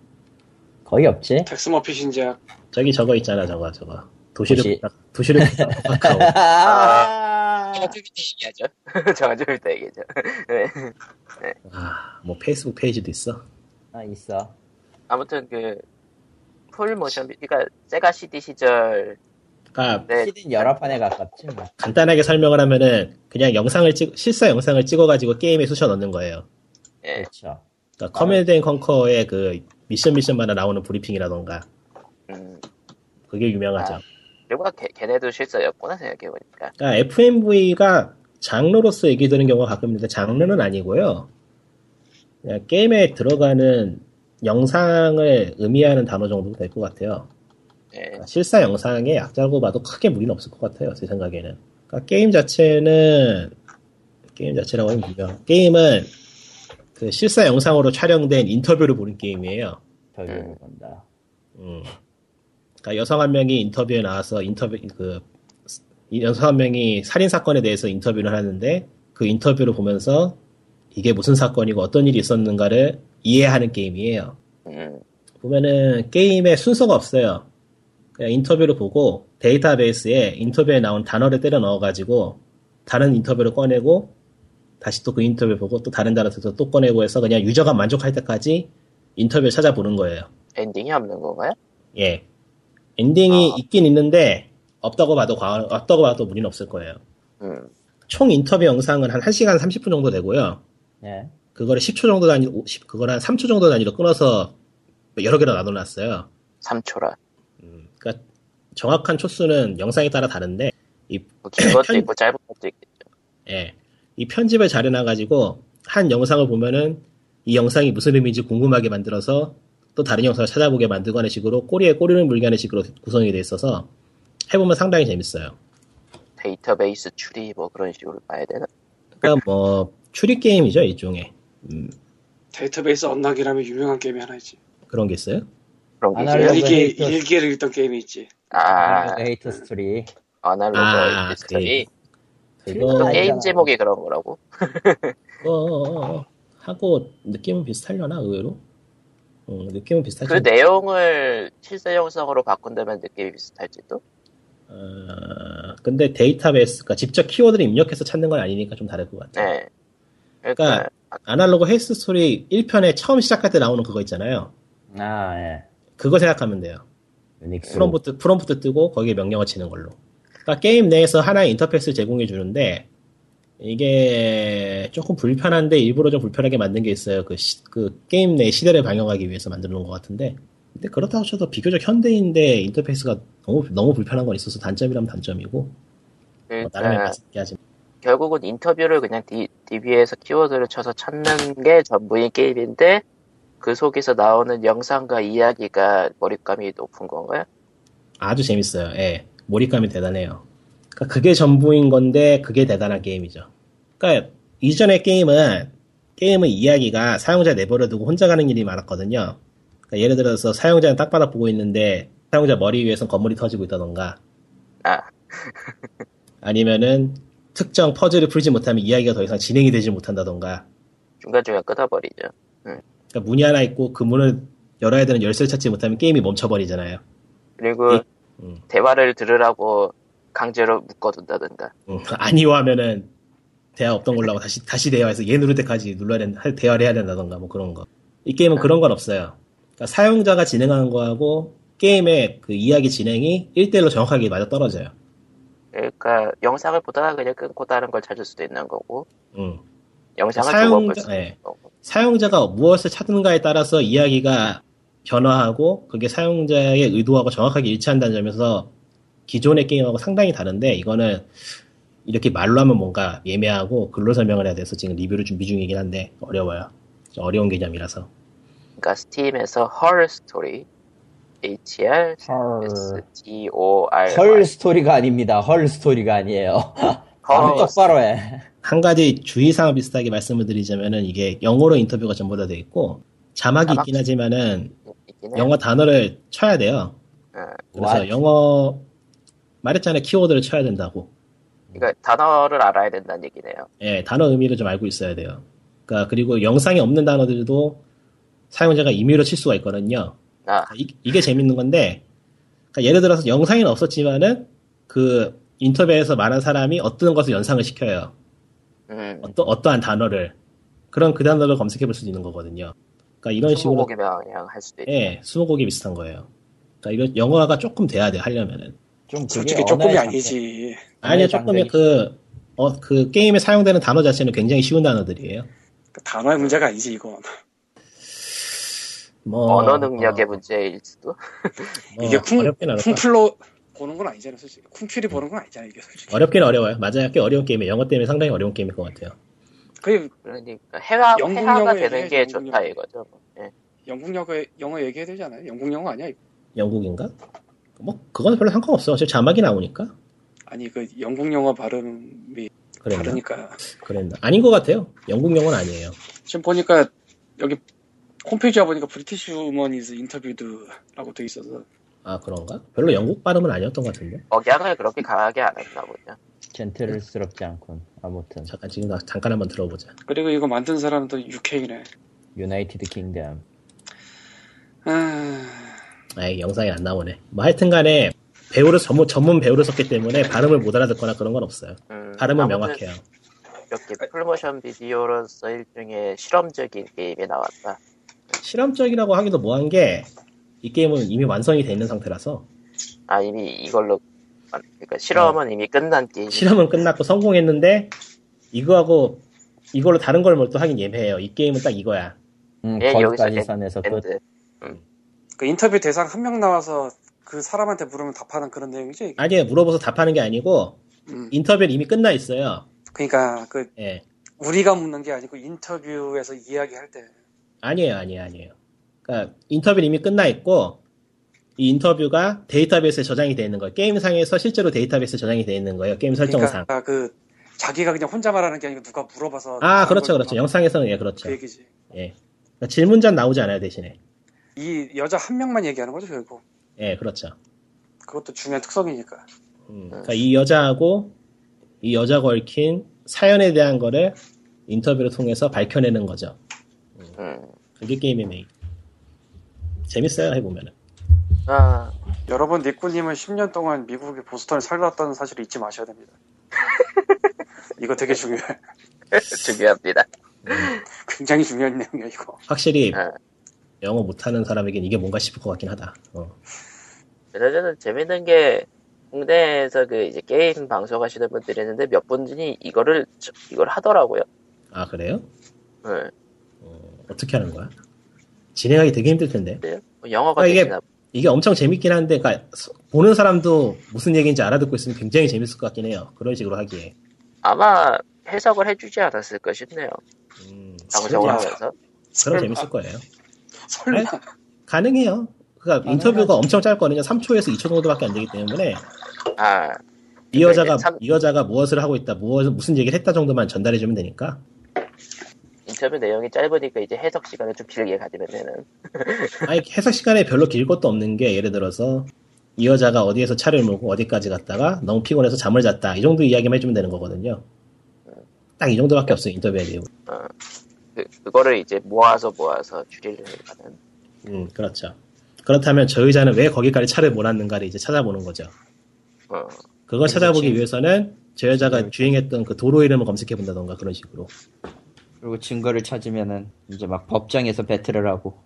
거의 없지?
텍스머피 신작
저기 저거 있잖아 저거 저거. 도시를
도시.
부탁- 도시를 부탁- 카카오.
아, 좀 이따 얘기하죠. 저좀 이따 얘기하죠. 네.
아, 뭐 페이스북 페이지도 있어.
아, 있어.
아무튼 그 풀모션 비디오. 그러니까 세가 CD 시절.
그러니까
네.
시즌 여러 판에 가깝지. 뭐.
간단하게 설명을 하면은 그냥 영상을 찍 실사 영상을 찍어가지고 게임에 쑤셔 넣는 거예요.
예.
그렇죠.
그러니까 커맨드 앤 컨커의 그 미션 미션마다 나오는 브리핑이라던가
음.
그게 유명하죠.
아. 그리고 걔, 걔네도 실사였구나 생각해보니까.
그러니까 FMV가 장르로서 얘기 되는 경우가 가끔 있는데 장르는 아니고요. 그냥 게임에 들어가는 영상을 의미하는 단어 정도 될 것 같아요.
예.
그러니까 실사 영상의 약자라고 봐도 크게 무리는 없을 것 같아요. 제 생각에는. 그러니까 게임 자체는 게임 자체라고 하면 무명. 게임은 그 실사 영상으로 촬영된 인터뷰를 보는 게임이에요.
별로 본다.
음. 그러니까 여성 한 명이 인터뷰에 나와서 인터뷰 그 이 여성 한 명이 살인 사건에 대해서 인터뷰를 하는데 그 인터뷰를 보면서 이게 무슨 사건이고 어떤 일이 있었는가를 이해하는 게임이에요.
음.
보면은 게임에 순서가 없어요. 그냥 인터뷰를 보고 데이터베이스에 인터뷰에 나온 단어를 때려 넣어가지고 다른 인터뷰를 꺼내고 다시 또 그 인터뷰 보고 또 다른 단어 들어서 또 꺼내고 해서 그냥 유저가 만족할 때까지 인터뷰를 찾아보는 거예요.
엔딩이 없는 건가요?
예. 엔딩이
아.
있긴 있는데 없다고 봐도 과, 없다고 봐도 무리는 없을 거예요.
음.
총 인터뷰 영상은 한 1시간 30분 정도 되고요.
예.
그거를 10초 정도 단위, 오, 10, 그걸 한 3초 정도 단위로 끊어서 여러 개로 나눠놨어요.
3초라.
음, 그러니까 정확한 초수는 영상에 따라 다른데
뭐 긴 것도
편-
있고 짧은 것도 있겠죠.
예. 이 편집을 잘 해놔가지고 한 영상을 보면은 이 영상이 무슨 의미인지 궁금하게 만들어서 또 다른 영상을 찾아보게 만들고 하는 식으로 꼬리에 꼬리를 물게 하는 식으로 구성이 돼 있어서 해보면 상당히 재밌어요.
데이터베이스 추리 뭐 그런 식으로 봐야 되나?
그러니까 뭐 추리 게임이죠 일종의 음,
데이터베이스 언락이라면 유명한 게임이 하나 있지.
그런 게 있어요.
그런 게
안
있어요?
하려고
일기
데이터-
일기를 읽던 게임이 있지.
아,
그 헤이트 스토리.
아날로그
아,
히스토리.
그거
아니잖아.
게임 제목이 뭐- 그런 거라고?
어, 어, 어. 하고 느낌은 비슷하려나 의외로. 음, 느낌은 비슷하지.
그 내용을 실사 영상으로 바꾼다면 느낌이 비슷할지도?
어, 근데 데이터베이스가 그러니까 직접 키워드를 입력해서 찾는 건 아니니까 좀 다를 것 같아. 요
네. 그러니까,
아날로그 헬스 스토리 1편에 처음 시작할 때 나오는 그거 있잖아요.
아, 예.
그거 생각하면 돼요.
유닉스.
프롬프트 프롬프트 뜨고 거기에 명령어 치는 걸로. 그러니까 게임 내에서 하나의 인터페이스를 제공해 주는데 이게 조금 불편한데 일부러 좀 불편하게 만든 게 있어요. 그, 시- 그 게임 내 시대를 반영하기 위해서 만들어 놓은 것 같은데. 근데 그렇다고 쳐도 비교적 현대인데 인터페이스가 너무 너무 불편한 건 있어서 단점이라면 단점이고 뭐 나름의
그러니까
맛있게 하지.
결국은 인터뷰를 그냥 D, DB에서 키워드를 쳐서 찾는 게 전부인 게임인데 그 속에서 나오는 영상과 이야기가 몰입감이 높은 건가요?
아주 재밌어요. 예. 몰입감이 대단해요. 그게 전부인 건데 그게 대단한 게임이죠. 그러니까 이전의 게임은 게임은 이야기가 사용자 내버려 두고 혼자 가는 일이 많았거든요. 그러니까 예를 들어서 사용자는 딱바닥 보고 있는데 사용자 머리 위에선 건물이 터지고 있다던가
아,
아니면은 특정 퍼즐을 풀지 못하면 이야기가 더 이상 진행이 되지 못한다던가
중간중간 끊어버리죠.
그러니까 문이 하나 있고 그 문을 열어야 되는 열쇠를 찾지 못하면 게임이 멈춰버리잖아요.
그리고
이- 음.
대화를 들으라고 강제로 묶어둔다든가.
음, 아니요 하면은 대화 없던 걸로 하고 다시 다시 대화해서 얘 누를 때까지 눌러야 된다 할- 대화를 해야 된다던가 뭐 그런 거. 이 게임은 그런 건 없어요. 그러니까 사용자가 진행하는 거하고 게임의 그 이야기 진행이 1대1로 정확하게 맞아 떨어져요.
그러니까 영상을 보다가 그냥 끊고 다른 걸 찾을 수도 있는 거고
음.
영상을
사용-
두고 볼 수도
네.
있는 거고
사용자가 무엇을 찾는가에 따라서 이야기가 변화하고 그게 사용자의 의도하고 정확하게 일치한다는 점에서 기존의 게임하고 상당히 다른데 이거는 이렇게 말로 하면 뭔가 예매하고 글로 설명을 해야 돼서 지금 리뷰를 준비 중이긴 한데 어려워요. 좀 어려운 개념이라서.
그러니까 스팀에서 헐 스토리 HR S
헐.
T O R
헐 스토리가 아닙니다. 헐 스토리가 아니에요. 발음 똑바로 해.
한 가지 주의사항 비슷하게 말씀을 드리자면은 이게 영어로 인터뷰가 전부 다 돼 있고 자막이
자막?
있긴 하지만은
있긴 해.
영어 단어를 쳐야 돼요.
응.
그래서
What?
영어 말했잖아요. 키워드를 쳐야 된다고.
그러니까 단어를 알아야 된다는 얘기네요.
예, 단어 의미를 좀 알고 있어야 돼요. 그러니까 그리고 영상이 없는 단어들도 사용자가 임의로 칠 수가 있거든요. 그러니까
아,
이, 게 재밌는 건데 그러니까 예를 들어서 영상에는 없었지만은 그 인터뷰에서 말한 사람이 어떤 것을 연상을 시켜요.
음,
어떠, 어떠한 단어를 그럼 그 단어를 검색해 볼 수도 있는 거거든요. 그러니까 이런 식으로
스무고기면 그냥 할 수도 있고.
예, 수목고기 비슷한 거예요. 그러니까 이런 영어가 조금 돼야 돼 하려면은
좀 그게
솔직히
언어의
조금이
장벽.
아니지.
아니요
아니,
조금의
당연히.
그 어, 그 게임에 사용되는 단어 자체는 굉장히 쉬운 단어들이에요.
그 단어의 문제가 아니지 이건.
뭐
언어 능력의
어,
문제일 수도.
뭐
이게 쿵,
어렵긴 어렵다.
쿵플로 보는 건 아니잖아 솔직히. 쿵필이 보는 건 아니잖아 이게 솔직히.
어렵긴 어려워요. 맞아요. 꽤 어려운 게임이에요. 영어 때문에 상당히 어려운 게임일 것 같아요.
그
그러니까 해화
영국
해화가
영어에
되는
대해
게
영국
좋다
영어.
이거죠. 뭐. 예.
영국 영어 영어 얘기해야 되잖아요. 영국 영어 아니야? 이거?
영국인가? 뭐 그건 별로 상관없어. 지금 자막이 나오니까.
아니 그 영국 영어 발음이
그랬나?
다르니까.
그랬나? 아닌 것 같아요. 영국 영어는 아니에요.
지금 보니까 여기 홈페이지 와 보니까 브리티시 우먼이즈 인터뷰드라고 돼 있어서
아 그런가? 별로 영국 발음은 아니었던 것 같은데.
억양을 그렇게 강하게 안 했나 보죠.
젠틀스럽지 않군. 아무튼
잠깐 지금 나- 잠깐 한번 들어보자.
그리고 이거 만든 사람도 UK네.
유나이티드 킹덤.
아,
아이 영상이 안 나오네. 뭐 하여튼간에 배우를 전문 전문 배우를 썼기 때문에 발음을 못 알아듣거나 그런 건 없어요.
음,
발음은
아무튼
명확해요.
이렇게 풀모션 비디오로서 일종의 실험적인 게임이 나왔다.
실험적이라고 하기도 뭐한 게 이 게임은 이미 완성이 돼 있는 상태라서
아 이미 이걸로 만- 그러니까 실험은 이미 끝난 게임.
어. 실험은 끝났고 성공했는데 이거하고 이걸로 다른 걸 뭘 또 하긴 예매해요. 이 게임은 딱 이거야.
음,
예, 여기서
거기까지
엔-
선에서 끝.
어.
엔드.
그 인터뷰 대상 한 명 나와서 그 사람한테 물으면 답하는 그런 내용이지. 이게?
아니에요. 물어봐서 답하는 게 아니고
음.
인터뷰는 이미 끝나 있어요.
그러니까 그
예.
우리가 묻는 게 아니고 인터뷰에서 이야기할 때
아니에요, 아니에요, 아니에요. 그러니까 인터뷰는 이미 끝나 있고 이 인터뷰가 데이터베이스에 저장이 돼 있는 거예요. 게임상에서 실제로 데이터베이스에 저장이 돼 있는 거예요. 게임 설정상.
그러니까 그 자기가 그냥 혼자 말하는 게 아니고 누가 물어봐서
아,
하는
그렇죠,
걸
그렇죠.
막-
영상에서는 예, 그렇죠.
그러니까 그 얘기지.
예. 그러니까 질문전 나오지 않아요 대신에.
이 여자 한 명만 얘기하는 거죠 결국.
예, 그렇죠.
그것도 중요한 특성이니까.
음, 그러니까 이 여자하고 이 여자가 얽힌 사연에 대한 거를 인터뷰를 통해서 밝혀내는 거죠.
음.
그게 게임의 메인. 재밌어요 해보면은.
아
여러분 니꾸님은 10년 동안 미국의 보스턴에 살았다는 사실을 잊지 마셔야 됩니다. 이거 되게 중요해.
중요합니다.
굉장히 중요한 내용이야 이거.
확실히
네.
영어 못하는 사람에겐 이게 뭔가 싶을 것 같긴 하다. 어.
그래서 저는 재밌는 게 국내에서 그 이제 게임 방송하시는 분들이 있는데 몇 분이 이거를 저- 이걸 하더라고요.
아 그래요?
예.
어떻게 하는 거야? 진행하기 되게 힘들 텐데.
네. 뭐 영어가
아, 이게-
되시나
이게 엄청 재밌긴 한데, 그러니까 서- 보는 사람도 무슨 얘기인지 알아듣고 있으면 굉장히 재밌을 것 같긴 해요. 그런 식으로 하기에.
아마 해석을 해주지 않았을까 싶네요.
음,
방송을
설마.
하면서.
그럼
설마,
재밌을 거예요.
설마.
아니, 가능해요. 그러니까 인터뷰가 엄청 짧거든요. 3초에서 2초 정도밖에 안 되기 때문에
아
이 여자가
참-
이 여자가 무엇을 하고 있다, 무엇 무슨 얘기를 했다 정도만 전달해 주면 되니까.
인터뷰 내용이 짧으니까 이제 해석 시간을 좀 길게 가지면 되는.
아니 해석 시간에 별로 길 것도 없는 게 예를 들어서 이 여자가 어디에서 차를 몰고 어디까지 갔다가 너무 피곤해서 잠을 잤다 이 정도 이야기만 해주면 되는 거거든요. 딱 이 정도밖에 없어요 인터뷰의 내용.
그, 그거를 이제 모아서 모아서 줄이려는
음 그렇죠. 그렇다면 저 여자는 왜 거기까지 차를 몰았는가를 이제 찾아보는 거죠.
어,
그걸 찾아보기 위해서는 저 여자가 주행했던 그 도로 이름을 검색해 본다던가 그런 식으로.
그리고 증거를 찾으면은 이제 막 법정에서 배틀을 하고.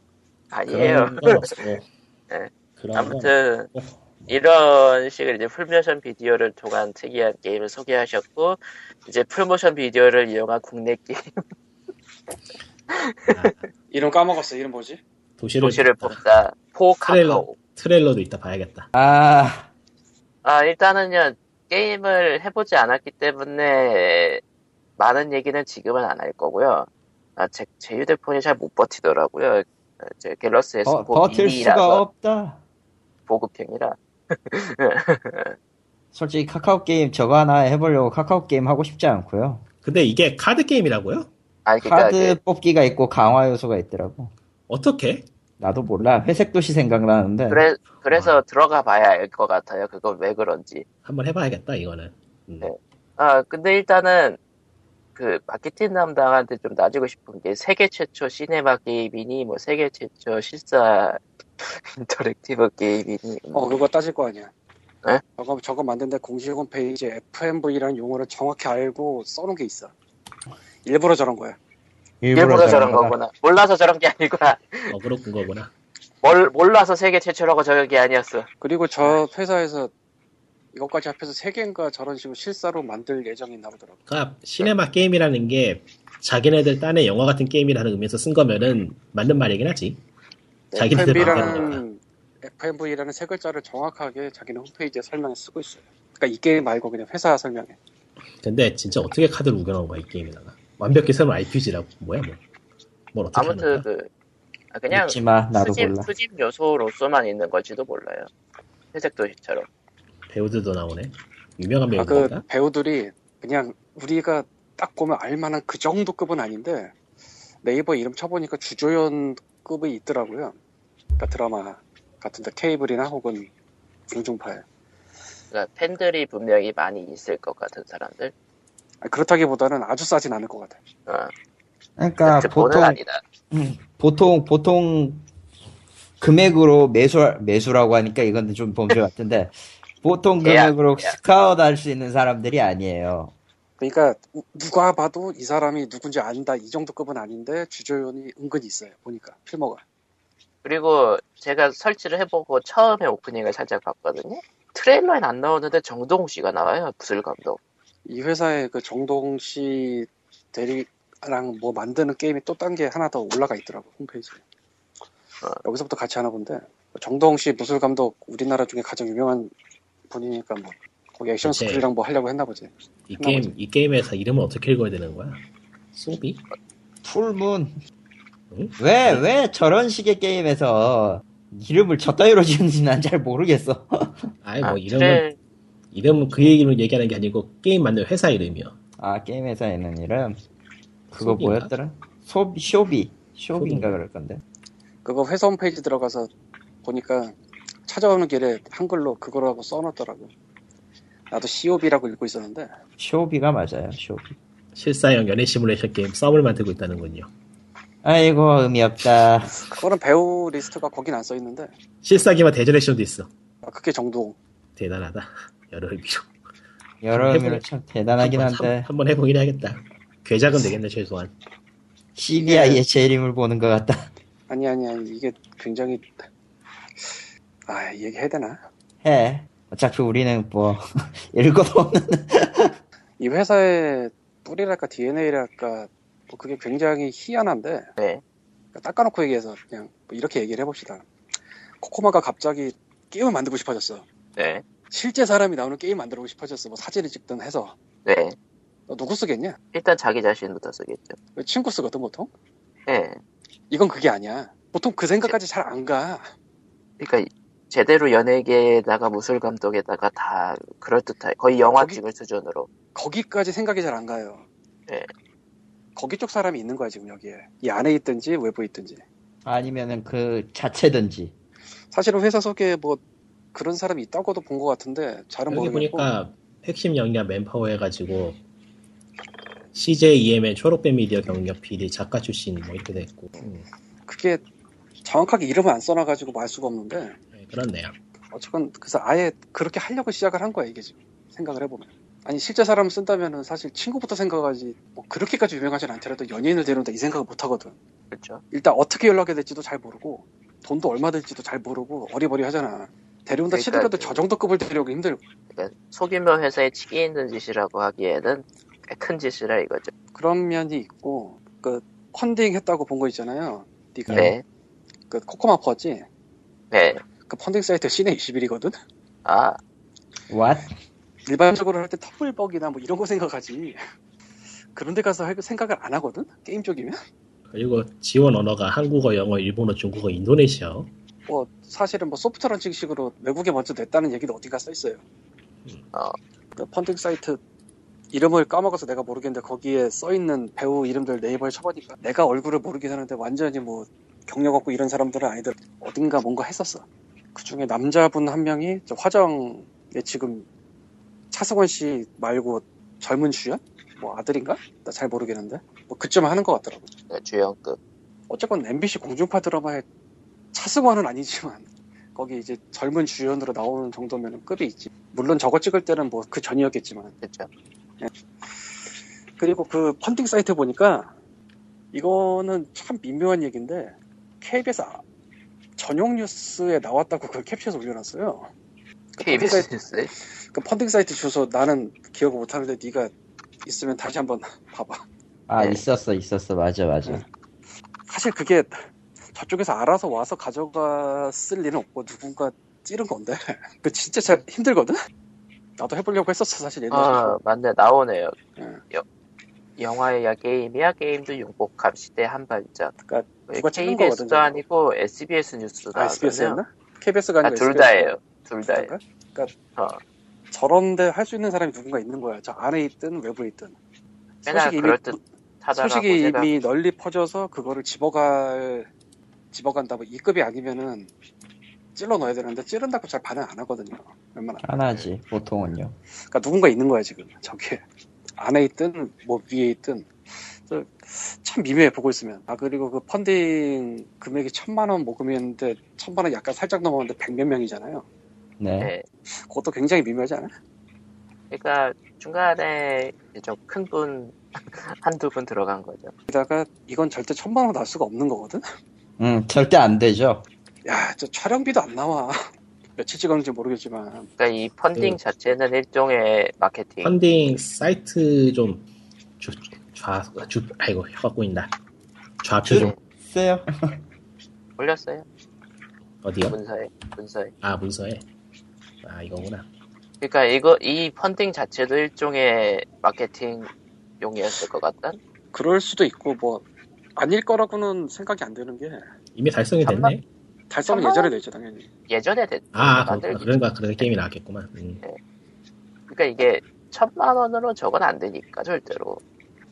아니에요.
그런 건 없고.
네.
그런 건
아무튼
없고.
이런 식으로 이제 풀모션 비디오를 통한 특이한 게임을 소개하셨고 이제 풀모션 비디오를 이용한 국내 게임
이름 까먹었어. 이름 뭐지?
도시를,
도시를
봤다.
뽑다 포
트레일러
카카오
트레일러도 있다 봐야겠다.
아
아, 일단은요, 게임을 해보지 않았기 때문에 많은 얘기는 지금은 안 할 거고요. 아, 제, 제 휴대폰이 잘 못 버티더라고요. 아, 제 갤럭시
버,
어,
S4
버틸 수가
미니라서
없다.
보급형이라.
솔직히 카카오 게임 저거 하나 해보려고 카카오 게임 하고 싶지 않고요.
근데 이게 카드 게임이라고요?
아니, 그러니까
카드
이제
뽑기가 있고 강화 요소가 있더라고.
어떻게?
나도 몰라. 회색 도시 생각나는데.
그래, 그래서 들어가 봐야 알 것 같아요. 그건 왜 그런지.
한번 해봐야겠다 이거는. 음.
네. 아, 근데 일단은 그 마케팅 담당한테 좀 놔주고 싶은 게 세계 최초 시네마 게임이니 뭐 세계 최초 실사 인터랙티브 게임이니 뭐
어, 그거 따질 거 아니야.
네?
저거, 저거 만든데 공식 홈페이지에 FMV라는 용어를 정확히 알고 써놓은 게 있어. 일부러 저런 거야.
일부러 저런 거구나. 몰라서 저런 게 아니구나.
어 그렇군 거구나.
몰, 몰라서 세계 최초라고 저런 게 아니었어.
그리고 저 회사에서 이것까지 합해서 세 개인가 저런 식으로 실사로 만들 예정이 있나 보더라고.
그러니까 시네마 게임이라는 게 자기네들 딴에 영화 같은 게임이라는 의미에서 쓴 거면은 맞는 말이긴 하지. 자기네들 마음대로.
FMV라는 FMV라는 세 글자를 정확하게 자기는 홈페이지에 설명에 쓰고 있어요. 그러니까 이 게임 말고 그냥 회사 설명에.
근데 진짜 어떻게 카드를 우겨놓은 거야 이 게임에다가. 완벽히 새로운 RPG라고 뭐야 뭐. 뭘 어떻게 하는 거야?
아무튼 그 아, 그냥
믿지 마. 나도
수집,
몰라.
수집 요소로서만 있는 걸지도 몰라요. 회색 도시처럼.
배우들도 나오네. 유명한
아, 그
배우들인가?
배우들이 그냥 우리가 딱 보면 알만한 그 정도 급은 아닌데 네이버 이름 쳐보니까 주조연 급이 있더라고요. 그러니까 드라마 같은데 케이블이나 혹은 공중파에.
그러니까 팬들이 분명히 많이 있을 것 같은 사람들.
아, 그렇다기보다는 아주 싸진 않을 것 같아요.
어,
그러니까
드폰은
보통
아니다.
보통 보통 금액으로 매수 매수라고 하니까 이건 좀 범죄 같은데 보통
예약,
금액으로
예약.
스카웃 할 수 있는 사람들이 아니에요.
그러니까 우- 누가 봐도 이 사람이 누군지 안다 이 정도 급은 아닌데 주조연이 은근히 있어요. 보니까 필모가.
그리고 제가 설치를 해보고 처음에 오프닝을 살짝 봤거든요. 트레일러엔 안 나오는데 정동욱 씨가 나와요. 부슬 감독.
이 회사의 그 정동 씨 대리랑 뭐 만드는 게임이 또 딴 게 하나 더 올라가 있더라고 홈페이지에
아.
여기서부터 같이 하나 본데 정동 씨 무술 감독 우리나라 중에 가장 유명한 분이니까 뭐 거기 액션
그치.
스쿨이랑 뭐 하려고 했나 보지
이 게임 이 게임에서 이름을 어떻게 읽어야 되는 거야? 소비?
풀문.
응?
왜 왜 저런 식의 게임에서 이름을 저 따위로 지은지 난 잘 모르겠어.
아이 뭐
아,
이름은 이름은 그 얘기로 얘기하는 게 아니고 게임 만든 회사 이름이요.
아 게임 회사에 있는 이름 그거
소비인가?
뭐였더라? 소 쇼비
쇼비인가?
쇼비인가 그럴 건데.
그거 회사 홈페이지 들어가서 보니까 찾아오는 길에 한글로 그거라고 써놨더라고 나도 COB라고 읽고 있었는데
쇼비가 맞아요, 쇼비.
실사형 연애 시뮬레이션 게임 썸을 만들고 있다는군요.
아이고, 의미 없다.
그거는 배우 리스트가 거긴 안 써있는데
실사기와 대전액션도 있어.
아, 그게 정동
대단하다. 여러 의미로.
여러
한번
의미로
해보-
참 대단하긴
한번-
한데,
한번 해보긴 해야겠다. 괴작은 되겠네 최소한.
예.
CBI의 재림을 보는 것 같다.
아니 아니 아니 이게 굉장히 아 얘기해야 되나?
해. 어차피 우리는 뭐, 읽어도 없는.
이 회사의 뿌리랄까 DNA랄까 뭐 그게 굉장히 희한한데
네.
그러니까 닦아놓고 얘기해서 그냥 뭐 이렇게 얘기를 해봅시다. 코코마가 갑자기 게임을 만들고 싶어졌어.
네.
실제 사람이 나오는 게임 만들고 싶어졌어. 뭐 사진을 찍든 해서
네.
너 누구 쓰겠냐?
일단 자기 자신부터 쓰겠죠.
친구 쓰거든 보통.
네.
이건 그게 아니야. 보통 그 생각까지 잘 안 가.
그러니까 제대로 연예계에다가 무술 감독에다가 다 그럴듯해 거의 영화
거기-
찍을 수준으로
거기까지 생각이 잘 안 가요.
네.
거기 쪽 사람이 있는 거야 지금 여기에. 이 안에 있든지 외부에 있든지.
아니면은 그 자체든지.
사실은 회사 소개에 뭐 그런 사람이 있다고도 본 것 같은데 잘은
여기
모르겠고
보니까 핵심 역량 맨파워 해가지고 CJ EMN 초록배 미디어 경력 PD 작가 출신 뭐 이렇게 돼 있고 음,
그게 정확하게 이름을 안 써놔가지고 말 수가 없는데
네, 그렇네요.
어쨌건 그래서 아예 그렇게 하려고 시작을 한 거야 이게 지금 생각을 해보면 아니 실제 사람 쓴다면은 사실 친구부터 생각하지 뭐 그렇게까지 유명하진 않더라도 연예인을 데려온다 이 생각을 못 하거든
그렇죠.
일단 어떻게 연락이 될지도 잘 모르고 돈도 얼마 될지도 잘 모르고 어리버리 하잖아 데려온다
그러니까
치더라도
그-
저 정도 급을 데려오기 힘들고
그러니까 소규모 회사에 치기 있는 짓이라고 하기에는 꽤큰 짓이라 이거죠.
그런 면이 있고 그 펀딩 했다고 본 거 있잖아요 네가
네.
그 코코마 퍼지
네.
그 펀딩 사이트 시내 21이거든?
아
What?
일반적으로 할 때 터블벅이나 뭐 이런 거 생각하지. 그런데 가서 할 생각을 안 하거든? 게임 쪽이면?
그리고 지원 언어가 한국어, 영어, 일본어, 중국어, 인도네시아어.
뭐 사실은 뭐 소프트 런칭식으로 외국에 먼저 냈다는 얘기도 어디가 써 있어요. 아, 그 펀딩 사이트 이름을 까먹어서 내가 모르겠는데 거기에 써 있는 배우 이름들 네이버에 쳐보니까 내가 얼굴을 모르긴 하는데 완전히 뭐 경력 없고 이런 사람들은 아니더라. 어딘가 뭔가 했었어. 그 중에 남자분 한 명이 저 화정에 지금 차승원 씨 말고 젊은 주연? 뭐 아들인가? 나 잘 모르겠는데 뭐 그쯤 하는 것 같더라고.
네, 주연급.
어쨌건 MBC 공중파 드라마에 차승원은 아니지만 거기 이제 젊은 주연으로 나오는 정도면 급이 있지. 물론 저거 찍을 때는 뭐 그 전이었겠지만.
그쵸.
그리고 그 펀딩 사이트 보니까 이거는 참 미묘한 얘기인데 KBS 아- 전용 뉴스에 나왔다고 그걸 캡처해서 올려놨어요.
그러니까
그 펀딩 사이트-
KBS 뉴스.
그 펀딩 사이트 주소 나는 기억을 못하는데 네가 있으면 다시 한번 봐봐.
아
네.
있었어 있었어 맞아
네.
맞아.
사실 그게 저쪽에서 알아서 와서 가져갔을 일은 없고 누군가 찌른 건데 그 진짜 잘 힘들거든. 나도 해보려고 했었어 사실 옛날에.
아, 맞네. 나오네요.
응.
여- 영화야 게임이야 게임도 융복 감시대 한발짝.
그러니까 누가 찍은
KBS도
거거든요.
아니고 SBS 뉴스
아,
나왔거든
SBS였나? KBS가 아니고
둘
SBS 가
다예요. 둘 다예요.
그런가? 그러니까
어.
저런데 할 수 있는 사람이 누군가 있는 거야. 저 안에 있든 외부에 있든.
맨날
소식이 이미-
그럴 듯 하다가 뭐
소식이
제가
이미 널리 퍼져서 그거를 집어갈 집어간다 뭐 이급이 아니면은 찔러 넣어야 되는데 찌른다고 잘 반응 안 하거든요. 얼마나.
하나지 보통은요.
그러니까 누군가 있는 거야 지금 저게 안에 있든 뭐 위에 있든 그래서 참 미묘해 보고 있으면. 아 그리고 그 펀딩 금액이 천만 원 모금이었는데 천만 원 약간 살짝 넘었는데 백몇 명이잖아요.
네.
네.
그것도 굉장히 미묘하지 않아? 요
그러니까 중간에 좀 큰 분 한두 분 들어간 거죠.
게다가 이건 절대 천만 원 날 수가 없는 거거든? 네.
음 절대 안 되죠.
야, 저 촬영비도 안 나와. 며칠 찍었는지 모르겠지만.
그러니까 이 펀딩
음.
그-
자체는 일종의 마케팅.
펀딩 사이트 좀 주, 좌, 주, 아이고, 혀가 꼬인다. 좌표 좀,
세요.
올렸어요.
어디요?
문서에 문서에.
아, 문서에. 아, 이거구나.
그러니까 이거 이 펀딩 자체도 일종의 마케팅 용이었을 것 같단.
그럴 수도 있고, 뭐, 아닐 거라고는 생각이 안 되는 게,
이미 달성이 됐네?
달성은
천만
예전에 돼있죠, 당연히.
예전에 됐.
아, 그렇구나.
만들기.
그런가, 그런 게임이 나왔겠구만. 음.
그러니까 이게 천만 원으로 저건 안 되니까 절대로.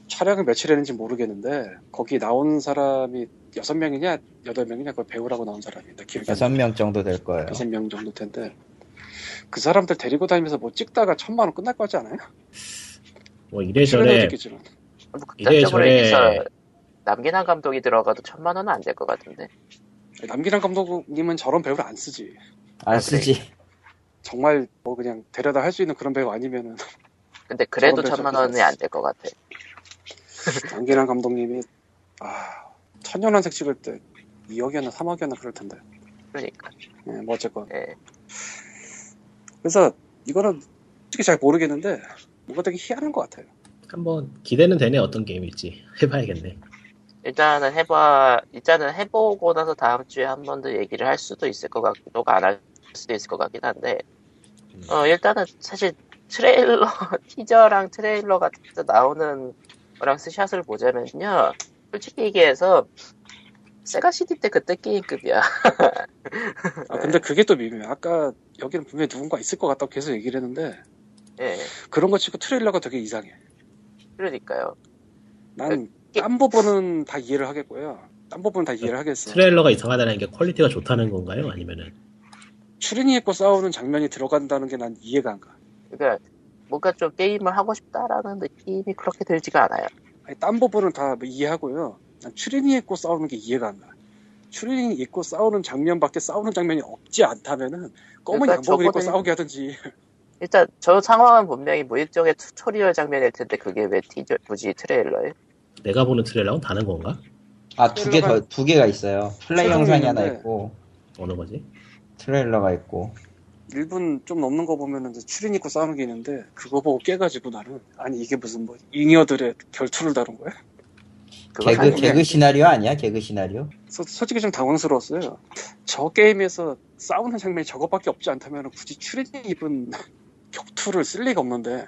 촬영을 며칠 했는지 모르겠는데, 거기 나온 사람이 여섯 명이냐, 여덟 명이냐, 그 배우라고 나온 사람인데, 기억이 안 나.
여섯 명 정도 될 거예요.
여섯 명 정도 텐데, 그 사람들 데리고 다니면서 뭐 찍다가 천만 원 끝날 거 같지 않아요?
뭐,
출연해도
이래저래
찍겠지만.
뭐 극단적으로
이래저래-
얘기해서 남기한 감독이 들어가도 천만 원은 안 될 것 같은데.
남기란 감독님은 저런 배우를 안 쓰지. 아,
안 아,
네.
쓰지.
정말 뭐 그냥 데려다 할 수 있는 그런 배우 아니면은
근데 그래도
저건
천만
그래서
원이 안 될 것 같아.
안기란 감독님이 아 천연한색 찍을 때 2억이었나 3억이었나 그럴 텐데
그러니까.
예, 뭐 어쨌건
예.
그래서 이거는 솔직히 잘 모르겠는데 뭔가 되게 희한한 것 같아요
한번 기대는 되네, 어떤 게임일지. 해봐야겠네.
일단은 해봐. 일단은 해보고 나서 다음 주에 한 번 더 얘기를 할 수도 있을 것 같기도 안 할 수도 있을 것 같긴 한데. 어 일단은 사실 트레일러 티저랑 트레일러 같은 데 나오는 거랑 스샷을 보자면요. 솔직히 얘기해서 세가 CD 때 그때 게임급이야.
아 근데 그게 또 미묘해 아까 여기는 분명히 누군가 있을 것 같다고 계속 얘기를 했는데
예.
그런 거 치고 트레일러가 되게 이상해
그러니까요.
난 딴 부분은 다 이해를 하겠고요 딴 부분은 다 이해를 하겠어
네. 트레일러가 이상하다는 게 퀄리티가 좋다는 건가요? 아니면은,
추리닝 입고 싸우는 장면이 들어간다는 게 난 이해가 안가
그러니까 뭔가 좀 게임을 하고 싶다라는 느낌이 그렇게 들지가 않아요.
아니, 딴 부분은 다뭐 이해하고요. 난 추리닝 입고 싸우는 게 이해가 안 가. 추리닝 입고 싸우는 장면밖에 싸우는 장면이 없지 않다면은 검은
그러니까
양복을 입고
저거는-
싸우게 하든지
일단 저 상황은 분명히 뭐 무일정의 튜토리얼 장면일 텐데 그게 왜 티저 굳이 트레일러에?
내가 보는 트레일러는 다른 건가?
아 두 개 더 두 개가 있어요. 플레이
촬영이
영상이 하나
있는데.
있고
어느 거지?
트레일러가 있고.
1분 좀 넘는 거 보면은 이제 추리닝 입고 싸우는 게 있는데 그거 보고 깨가지고 나는 아니 이게 무슨 뭐 잉여들의 결투를 다룬 거야?
그거
개그
아니면-
개그 시나리오 아니야? 개그 시나리오?
소, 솔직히 좀 당황스러웠어요. 저 게임에서 싸우는 장면이 저것밖에 없지 않다면 굳이 추리닝 입은 격투를 쓸 리가 없는데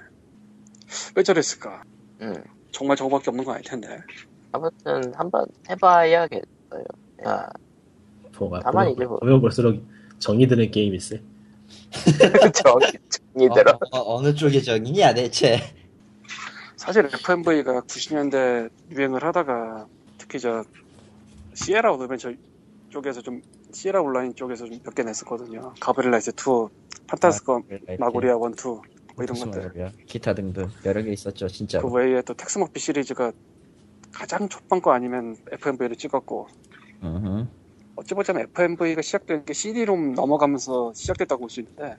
왜 저랬을까?
음.
정말 저거밖에 없는 건 아닐 텐데.
아무튼 한번 해봐야겠어요. 아,
뭐가
다만
보면-
이제 뭐-
보면 볼수록 정이 드는 게임일세.
정이 정이 들어.
어, 느 쪽의 정이냐 대체?
사실 FMV가 90년대 유행을 하다가 특히 저 시에라 어드벤처 쪽에서 좀 시에라 온라인 쪽에서 좀 몇 개 냈었거든요. 가브릴라이즈 2, 판타스건
네.
마고리아 1, 2 뭐 이런 것들.
기타 등등 여러 개 있었죠 진짜.
그
로
외에 또 텍스머피 시리즈가 가장 초반 거 아니면 FMV를 찍었고 어찌 보자면 FMV가 시작된 게 CD롬 넘어가면서 시작됐다고 볼 수 있는데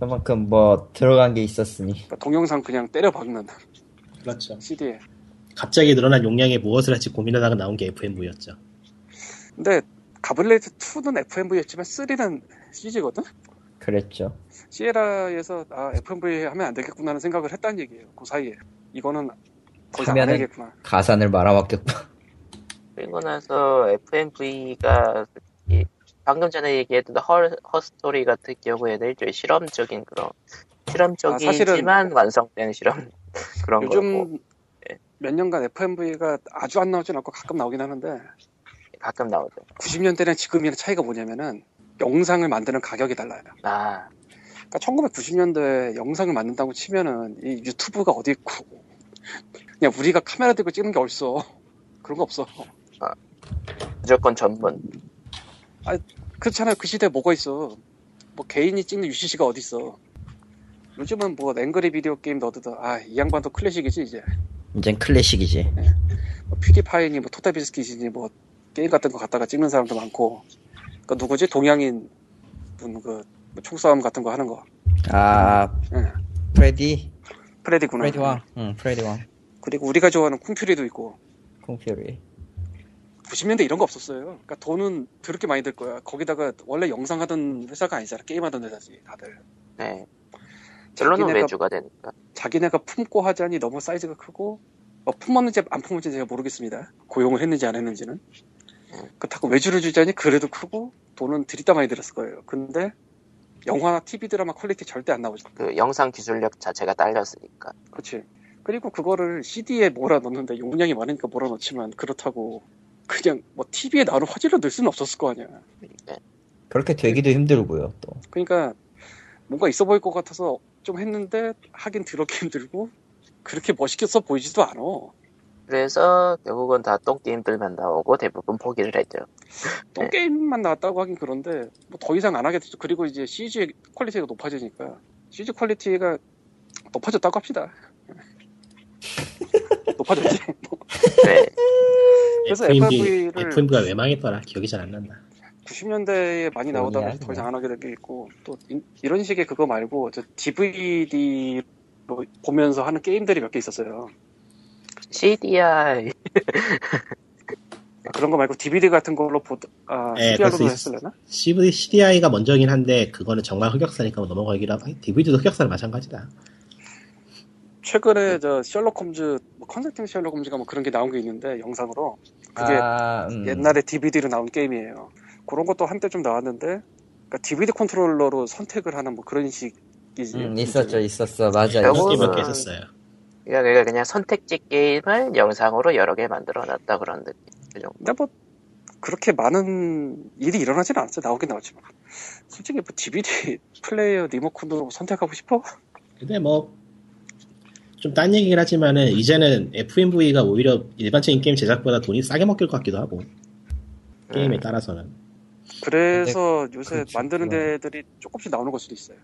그만큼 뭐 들어간 게 있었으니.
그러니까 동영상 그냥 때려 박는
그렇죠.
CD에.
갑자기 늘어난 용량에 무엇을 할지 고민하다가 나온 게 FMV였죠.
근데 가브릴라이즈 2는 FMV였지만 3는 CG거든.
그랬죠.
시에라에서 아 FMV 하면 안 되겠구나 하는 생각을 했다는 얘기예요. 그 사이에 이거는 더 이상 안
하면은-
되겠구나.
가산을 말아먹겠고.
그리고 나서 FMV가 방금 전에 얘기했던 헐, 허스토리 같은 경우에는 일종의 실험적인 그런 실험적이지만 완성된 실험 그런 거고 예.
요즘 몇 년간 FMV가 아주 안 나오진 않고 가끔 나오긴 하는데
가끔 나오죠.
90년대랑 지금이랑 차이가 뭐냐면은 영상을 만드는 가격이 달라요.
아,
그러니까 1990년대 영상을 만든다고 치면은 이 유튜브가 어디 있고 그냥 우리가 카메라 들고 찍는 게 어딨어. 그런 거 없어.
무조건 전문.
그렇잖아요. 그 시대에 뭐가 있어. 뭐 개인이 찍는 UCC가 어딨어. 요즘은 뭐 앵그리 비디오 게임 너드다. 아, 이 양반도 클래식이지, 이제.
이젠 클래식이지.
뭐 퓨디파이니, 뭐 토타비스킷이니, 뭐 게임 같은 거 갖다가 찍는 사람도 많고. 그 누구지? 동양인 분 그, 뭐 총싸움 같은 거 하는 거.
아
응.
프레디
프레디 구나.
프레디 왕. 응 프레디 왕.
그리고 우리가 좋아하는 쿵퓨리도 있고.
콩퓨리.
90년대 이런 거 없었어요. 그러니까 돈은 더럽게 많이 들 거야. 거기다가 원래 영상 하던 회사가 아니잖아. 게임 하던 회사지, 다들.
네. 결론은
자기네가
외주가 되니까.
자기네가 품고 하자니 너무 사이즈가 크고 뭐 품었는지 안 품었는지 제가 모르겠습니다. 고용을 했는지 안 했는지는 그렇다고 외주를 주자니 그래도 크고 돈은 들이다 많이 들었을 거예요. 근데 영화나 TV 드라마 퀄리티 절대 안 나오죠.
그 영상 기술력 자체가 딸렸으니까.
그렇지. 그리고 그거를 CD에 몰아 넣는데 용량이 많으니까 몰아 넣지만 그렇다고 그냥 뭐 TV에 나오는 화질로 넣을 수는 없었을 거 아니야.
네.
그렇게 되기도 힘들고요 또.
그러니까 뭔가 있어 보일 것 같아서 좀 했는데 하긴 더럽게 힘들고 그렇게 멋있게 써 보이지도 않아.
그래서 결국은 다 똥게임들만 나오고 대부분 포기를 했죠.
똥
네.
게임만 나왔다고 하긴 그런데 뭐 더 이상 안 하게 됐죠. 그리고 이제 CG 퀄리티가 높아지니까 CG 퀄리티가 높아졌다고 합시다. 높아졌지. 뭐.
네.
그래서
FMV,
FMV를
FMV가 왜 망했더라? 기억이 잘 안 난다.
90년대에 많이
네,
나오다가
뭐냐,
더 이상 안 하게 된 게 있고 또 이, 런 식의 그거 말고 저 DVD로 보면서 하는 게임들이 몇 개 있었어요.
CDI.
그런 거 말고 DVD 같은 걸로 보 아,
네,
CDR로도
그럴 수 있-
했을려나?
CD, CDI가 먼저긴 한데 그거는 정말 흑역사니까 뭐 넘어가기로 하고 DVD도 흑역사랑 마찬가지다.
네.
최근에 저 셜록 홈즈 뭐 컨설팅 셜록 홈즈가 뭐 그런 게 나온 게 있는데 영상으로 그게
아, 음.
옛날에 DVD로 나온 게임이에요. 그런 것도 한때 좀 나왔는데, 그러니까 DVD 컨트롤러로 선택을 하는 뭐 그런 식이지.
음, 있었죠, 있었어, 맞아.
그리고- 저거는-
그런
뭐.
게몇개 있었어요.
그러니까 그게 그냥 선택지 게임을 영상으로 여러 개 만들어놨다 그런 느낌. 그 정도.
근데 뭐, 그렇게 많은 일이 일어나진 않았어요. 나오긴 나왔지만. 솔직히 뭐 DVD 플레이어 리모컨으로 선택하고 싶어?
근데 뭐 좀 딴 얘기긴 하지만은 이제는 FMV가 오히려 일반적인 게임 제작보다 돈이 싸게 먹힐 것 같기도 하고
네.
게임에 따라서는
그래서 요새
그렇죠.
만드는
그건.
데들이 조금씩 나오는 걸 수도 있어요.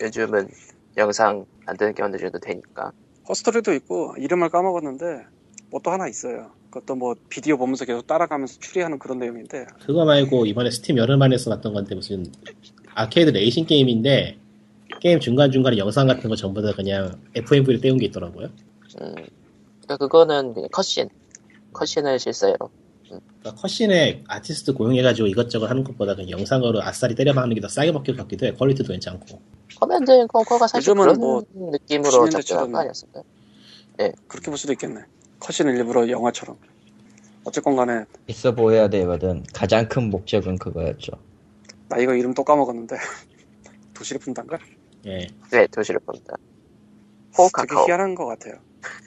요즘은 영상 만드는 게 어느 정도 되니까.
허스토리도 있고, 이름을 까먹었는데, 뭐 또 하나 있어요. 그것도 뭐 비디오 보면서 계속 따라가면서 추리하는 그런 내용인데,
그거 말고 이번에 스팀 여름만에서 봤던 건데 무슨 아케이드 레이싱 게임인데 게임 중간 중간에 영상 같은 거 전부 다 그냥 FMV를 떼운 게 있더라고요.
음. 그러니까 그거는 그냥 컷신. 컷신을 실사해요.
그러니까 컷신에 아티스트 고용해가지고 이것저것 하는 것보다 그냥 영상으로 아싸리 때려박는 게 더 싸게 먹힐 것 같기도 해. 퀄리티도 괜찮고.
커맨드 앤 컨커가 사실
요즘은
그런
뭐
느낌으로
90년대
접근한
초반.
거 아니었을까요?
그렇게 볼 수도 있겠네. 컷신을 일부러 영화처럼. 어쨌건 간에
있어 보여야 되거든. 가장 큰 목적은 그거였죠.
나 이거 이름 또 까먹었는데 도시를 푼단가?
예,
네, 도시를 봅니다. 호우
되게
카카오.
희한한 것 같아요.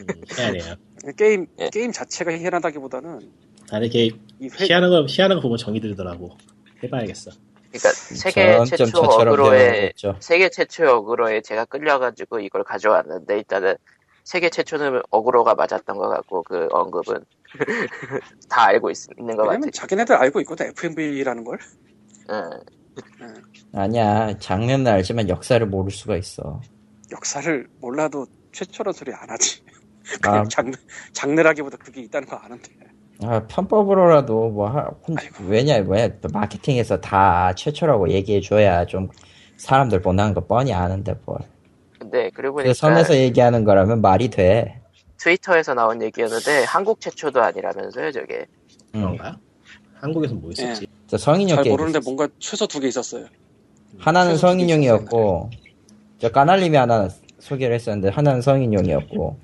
음, 희한해요.
게임
예.
게임 자체가 희한하다기보다는
다들 이렇게
이 회,
희한한 거 희한한 거 보면 정이 들더라고. 해봐야겠어.
그러니까 세계
점점
최초
음, 저처럼
어그로에
되어가고 있죠.
세계 최초 어그로에 제가 끌려가지고 이걸 가져왔는데 일단은 세계 최초는 어그로가 맞았던 것 같고 그 언급은 다 알고 있, 는것 같아요.
왜냐면 자기네들 알고 있거든 FMV라는 걸.
응.
아니야 장면은 알지만 역사를 모를 수가 있어.
역사를 몰라도 최초란 소리 안 하지.
아,
그냥 장르, 장르라기보다 그게 있다는 거 아는데.
아, 편법으로라도 뭐 하, 혼, 왜냐 왜냐 또 마케팅에서 다 최초라고 얘기해줘야 좀 사람들 보는 거 뻔히 아는데 뭘.
근데 그리고
그
그러니까.
보니까
선에서 얘기하는 거라면 말이 돼.
트위터에서 나온 얘기였는데 한국 최초도 아니라면서요 저게.
응.
그런가? 한국에서 뭐 있었지?
예.
저 성인용
잘
게임.
모르는데 뭔가 최소 두 개 있었어요.
하나는
최소
성인용이었고 저 까날림이 하나 소개를 했었는데 하나는 성인용이었고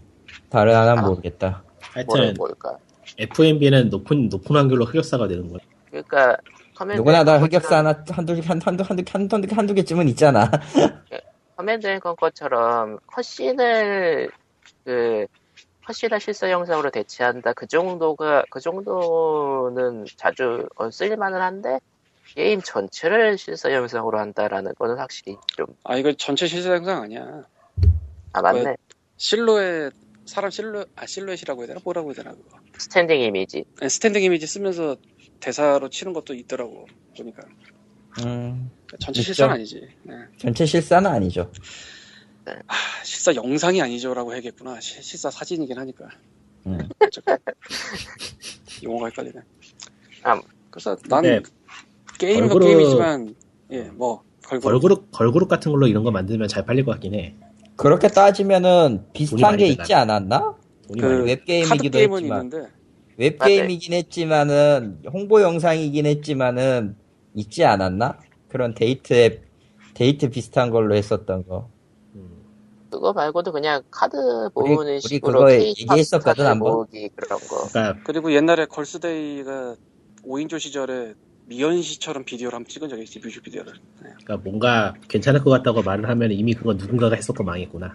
다른 하나는
아.
모르겠다.
뭐를
하여튼
뭘까?
FMB는 높은 높은 확률로 흑역사가 되는 거야.
그러니까
네,
커맨드
누구나 다
앤
흑역사
컨커처럼-
하나 한두 한두 한두 한두 한두 한두 개쯤은 있잖아.
커맨드 앤 컨커처럼 컷신을 그 컷신을 실사 영상으로 대체한다 그 정도가 그 정도는 자주 어, 쓸만은 한데 게임 전체를 실사 영상으로 한다라는 거는 확실히 좀아
아, 이거 전체 실사 영상 아니야.
맞네
왜? 실루엣, 사람 실루, 아, 실루엣이라고 해야 되나? 뭐라고 해야 되나, 그거.
스탠딩 이미지
네, 스탠딩 이미지 쓰면서 대사로 치는 것도 있더라고. 보니까.
음,
그러니까 전체
있죠.
실사는 아니지. 네.
전체 실사는 아니죠.
아, 실사 영상이 아니죠라고 해야겠구나. 시- 실사 사진이긴 하니까.
음.
어쨌건. 용어가 헷갈리네.
아,
그래서 난
근데
게임도
걸그룹-
게임이지만,
어.
예, 뭐, 걸그룹.
걸그룹 걸그룹 같은 걸로 이런 거 만들면 잘 팔릴 것 같긴 해.
그렇게 따지면은 비슷한
많이
게
되잖아.
있지 않았나?
돈이
그-
많이
카드
웹게임이기도
게임은
했지만
있는데,
웹게임이긴 했지만은 홍보 영상이긴 했지만은 있지 않았나? 그런 데이트 앱 데이트 비슷한 걸로 했었던 거.
음,
그거 말고도 그냥 카드
우리-
모으는
우리
식으로
그거
K-POP
얘기했었거든,
카드
한번.
모으기 그런 거
그러니까
그리고 옛날에 걸스데이가 5인조 시절에 미연씨처럼 비디오를 한번 찍은 적이 있지, 뮤직비디오를.
그러니까 뭔가 괜찮을 것 같다고 말을 하면 이미 그건 누군가가 했었고 망했구나.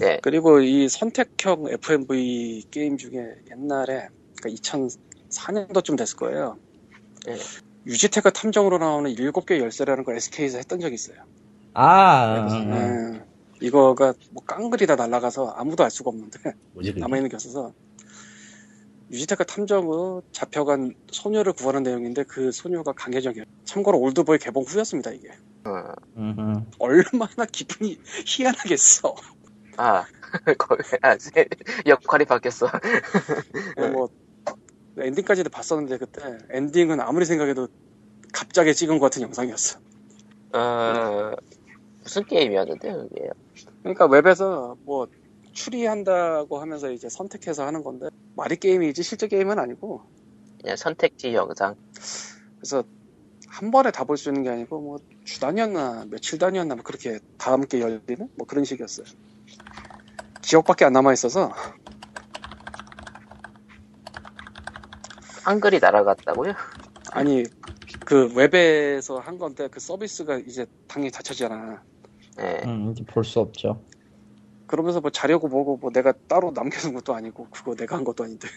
네
그리고 이 선택형 FMV 게임 중에 옛날에, 그러니까 2004년도쯤 됐을 거예요.
네.
유지태가 탐정으로 나오는 7개 열쇠라는 걸 SK에서 했던 적이 있어요.
아, 음, 음.
예, 이거가 뭐 깡그리 다 날아가서 아무도 알 수가 없는데
뭐지 그게?
남아있는 게 없어서 유지태가 탐정으로 잡혀간 소녀를 구하는 내용인데 그 소녀가 강혜정이에요 참고로 올드보이 개봉 후였습니다 이게
음.
얼마나 기분이 희한하겠어
아, 거의, 아, 세- 역할이 바뀌었어.
예, 뭐 엔딩까지도 봤었는데 그때 엔딩은 아무리 생각해도 갑자기 찍은 것 같은 영상이었어
어, 무슨 게임이었는데, 그게.
그러니까 웹에서 뭐 추리한다고 하면서 이제 선택해서 하는 건데 말이 게임이지 실제 게임은 아니고
그냥 선택지 영상.
그래서 한 번에 다 볼 수 있는 게 아니고 뭐 주단위였나 며칠 단위였나 뭐 그렇게 다 함께 열리는 뭐 그런 식이었어요. 기억밖에 안 남아 있어서
한글이 날아갔다고요?
아니 그 웹에서 한 건데 그 서비스가 이제 당연히 닫혔잖아.
네.
음, 이제 볼 수 없죠.
그러면서 뭐 자려고 뭐고 뭐 내가 따로 남겨둔 것도 아니고 그거 내가 한 것도 아닌데.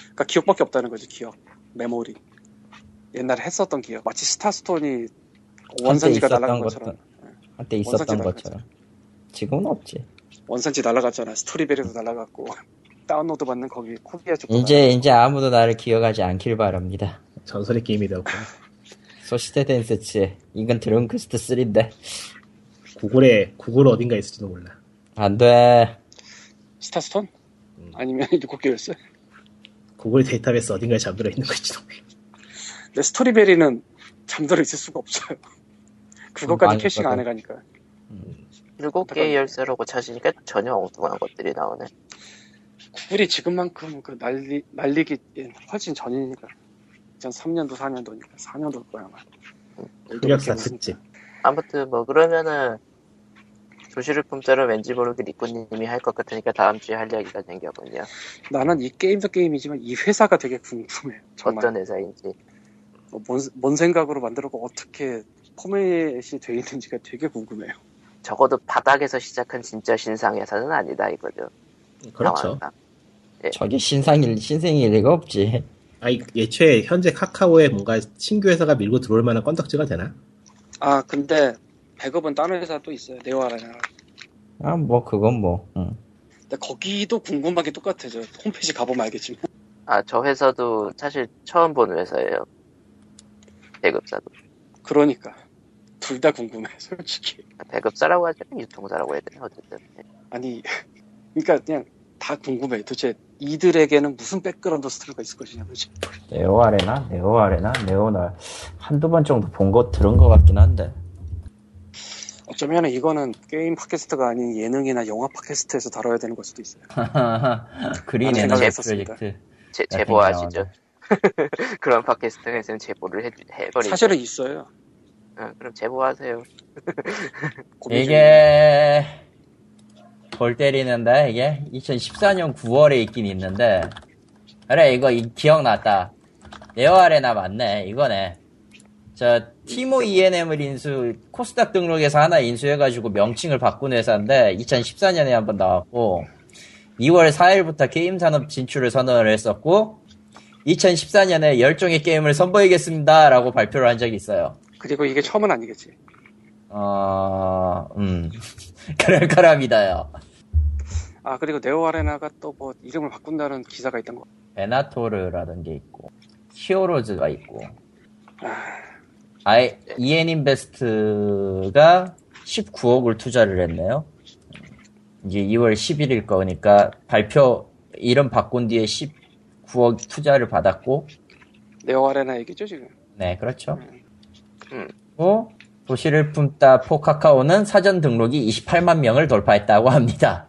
그러니까 기억밖에 없다는 거지 기억, 메모리. 옛날에 했었던 기억. 마치 스타스톤이
한때
원산지가
있었던
날아간
것처럼.
것처럼.
한때 있었던
원산지
것처럼. 지금은 없지.
원산지 날라갔잖아. 스토리베리도 날라갔고 다운로드 받는 거기 코리아 쪽.
이제 이제 아무도 나를 기억하지 않길 바랍니다.
전설의 게임이 되었고
소시테 댄스츠 이건 드렁크스트 3인데
구글에 구글 어딘가 있을지도 몰라.
안돼
스타스톤?
음.
아니면 일곱 개 열쇠?
구글 데이터베이스 어딘가에 잠들어 있는 거 있지도 몰라.
근데 스토리베리는 잠들어 있을 수가 없어요. 그것까지
많이
캐싱 안
했거든.
해가니까.
일곱 개의 열쇠로 고쳐지니까 전혀 엉뚱한 것들이 나오네.
구글이 지금만큼 그 난리 날리기 예, 훨씬 전이니까. 2003년도 4년도니까 4년도 거야 아마.
흑역사 특집.
아무튼 뭐 그러면은 도시를 품자로 왠지 모르게 리꾸님이 할 것 같으니까 다음 주에 할 이야기가 생겼군요.
나는 이 게임도 게임이지만 이 회사가 되게 궁금해. 정말
어떤 회사인지.
뭐 뭔, 뭔 생각으로 만들었고 어떻게 포맷이 돼 있는지가 되게 궁금해요.
적어도 바닥에서 시작한 진짜 신상 회사는 아니다 이거죠.
그렇죠.
상황상.
저게 신상일 신생일 리가 없지.
아니 애초에 현재 카카오에 뭔가 신규 회사가 밀고 들어올 만한 건덕지가 되나?
아 근데 백업은 다른 회사 또 있어요. 네오아라냐.
아 뭐 그건 뭐. 응.
근데 거기도 궁금한 게 똑같아요. 저 홈페이지 가보면 알겠지만
아, 저 회사도 사실 처음 본 회사예요. 배급사도.
그러니까 둘 다 궁금해 솔직히.
배급사라고 하죠. 유통사라고 해야 되나? 어쨌든. 예.
아니 그러니까 그냥 다 궁금해. 도대체 이들에게는 무슨 백그라운드 스토리가 있을 것이냐 도대체.
네오 아레나, 네오 아레나, 네오나 한두 번 정도 본 거 들은 거 같긴 한데.
어쩌면 이거는 게임 팟캐스트가 아닌 예능이나 영화 팟캐스트에서 다뤄야 되는 걸 수도 있어요.
그린
나는
에너지
생각했었습니다.
프로젝트.
제,
약간
제보 아시죠?
이상하다.
그런 팟캐스트에서는 제보를 해, 해버리죠.
사실은 있어요.
어, 그럼 제보하세요.
고민 중이에요.
이게 골 때리는데 이게 2014년 9월에 있긴 있는데 그래 이거 이- 기억났다 네오 아레나 맞네 이거네 저 티모 ENM을 인수 코스닥 등록에서 하나 인수해가지고 명칭을 바꾼 회사인데 2014년에 한번 나왔고 2월 4일부터 게임 산업 진출을 선언을 했었고 2014년에 열종의 게임을 선보이겠습니다라고 발표를 한 적이 있어요.
그리고 이게 처음은 아니겠지.
어, 음. 그럴 거라 믿어요.
아 그리고 네오 아레나가 또 뭐 이름을 바꾼다는 기사가 있던 거.
베나토르라는 게 있고, 히어로즈가 있고, 아이, EN 인베스트가 19억을 투자를 했네요. 이제 2월 11일 거니까 발표, 이름 바꾼 뒤에 19억 투자를 받았고,
네오 아레나 얘기죠 지금.
네, 그렇죠.
음.
또, 도시를 품다 포카카오는 사전 등록이 28만 명을 돌파했다고 합니다.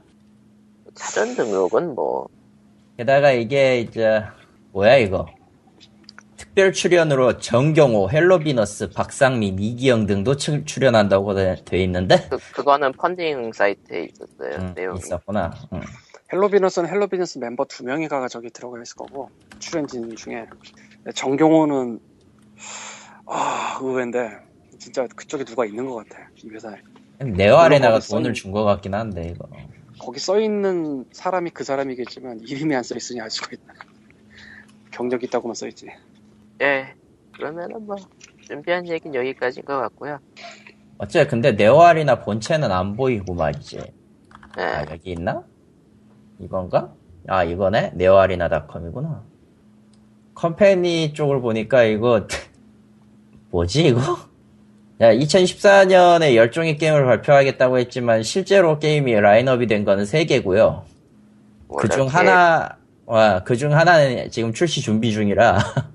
사전 등록은 뭐,
게다가 이게 이제 뭐야 이거 특별 출연으로 정경호, 헬로비너스, 박상민, 이기영 등도 추- 출연한다고 돼, 돼 있는데
그, 그거는 펀딩 사이트에 있었어요.
음,
내용이.
있었구나. 음.
헬로비너스는 헬로비너스 멤버 두 명이가 저기 들어가 있을 거고 출연진 중에 정경호는 아 의외인데 진짜 그쪽에 누가 있는 것 같아 이 회사에
네오 아레나가
써있-
돈을 준 것 같긴 한데 이거
거기 써 있는 사람이 그 사람이겠지만 이름이 안 써 있으니 알 수가 있다 경력 있다고만 써 있지
예. 그러면은 뭐, 준비한 얘기는 여기까지인 것 같고요.
어째 근데 네오 아레나 본체는 안 보이고 말이지. 아
예.
여기 있나? 이건가? 아 이거네 네오 아레나닷컴이구나. 컴퍼니 쪽을 보니까 이거 뭐지 이거? 야, 2014년에 열종의 게임을 발표하겠다고 했지만 실제로 게임이 라인업이 된 거는 3개고요. 그 중
원래
하나 와, 그 중 하나는 지금 출시 준비 중이라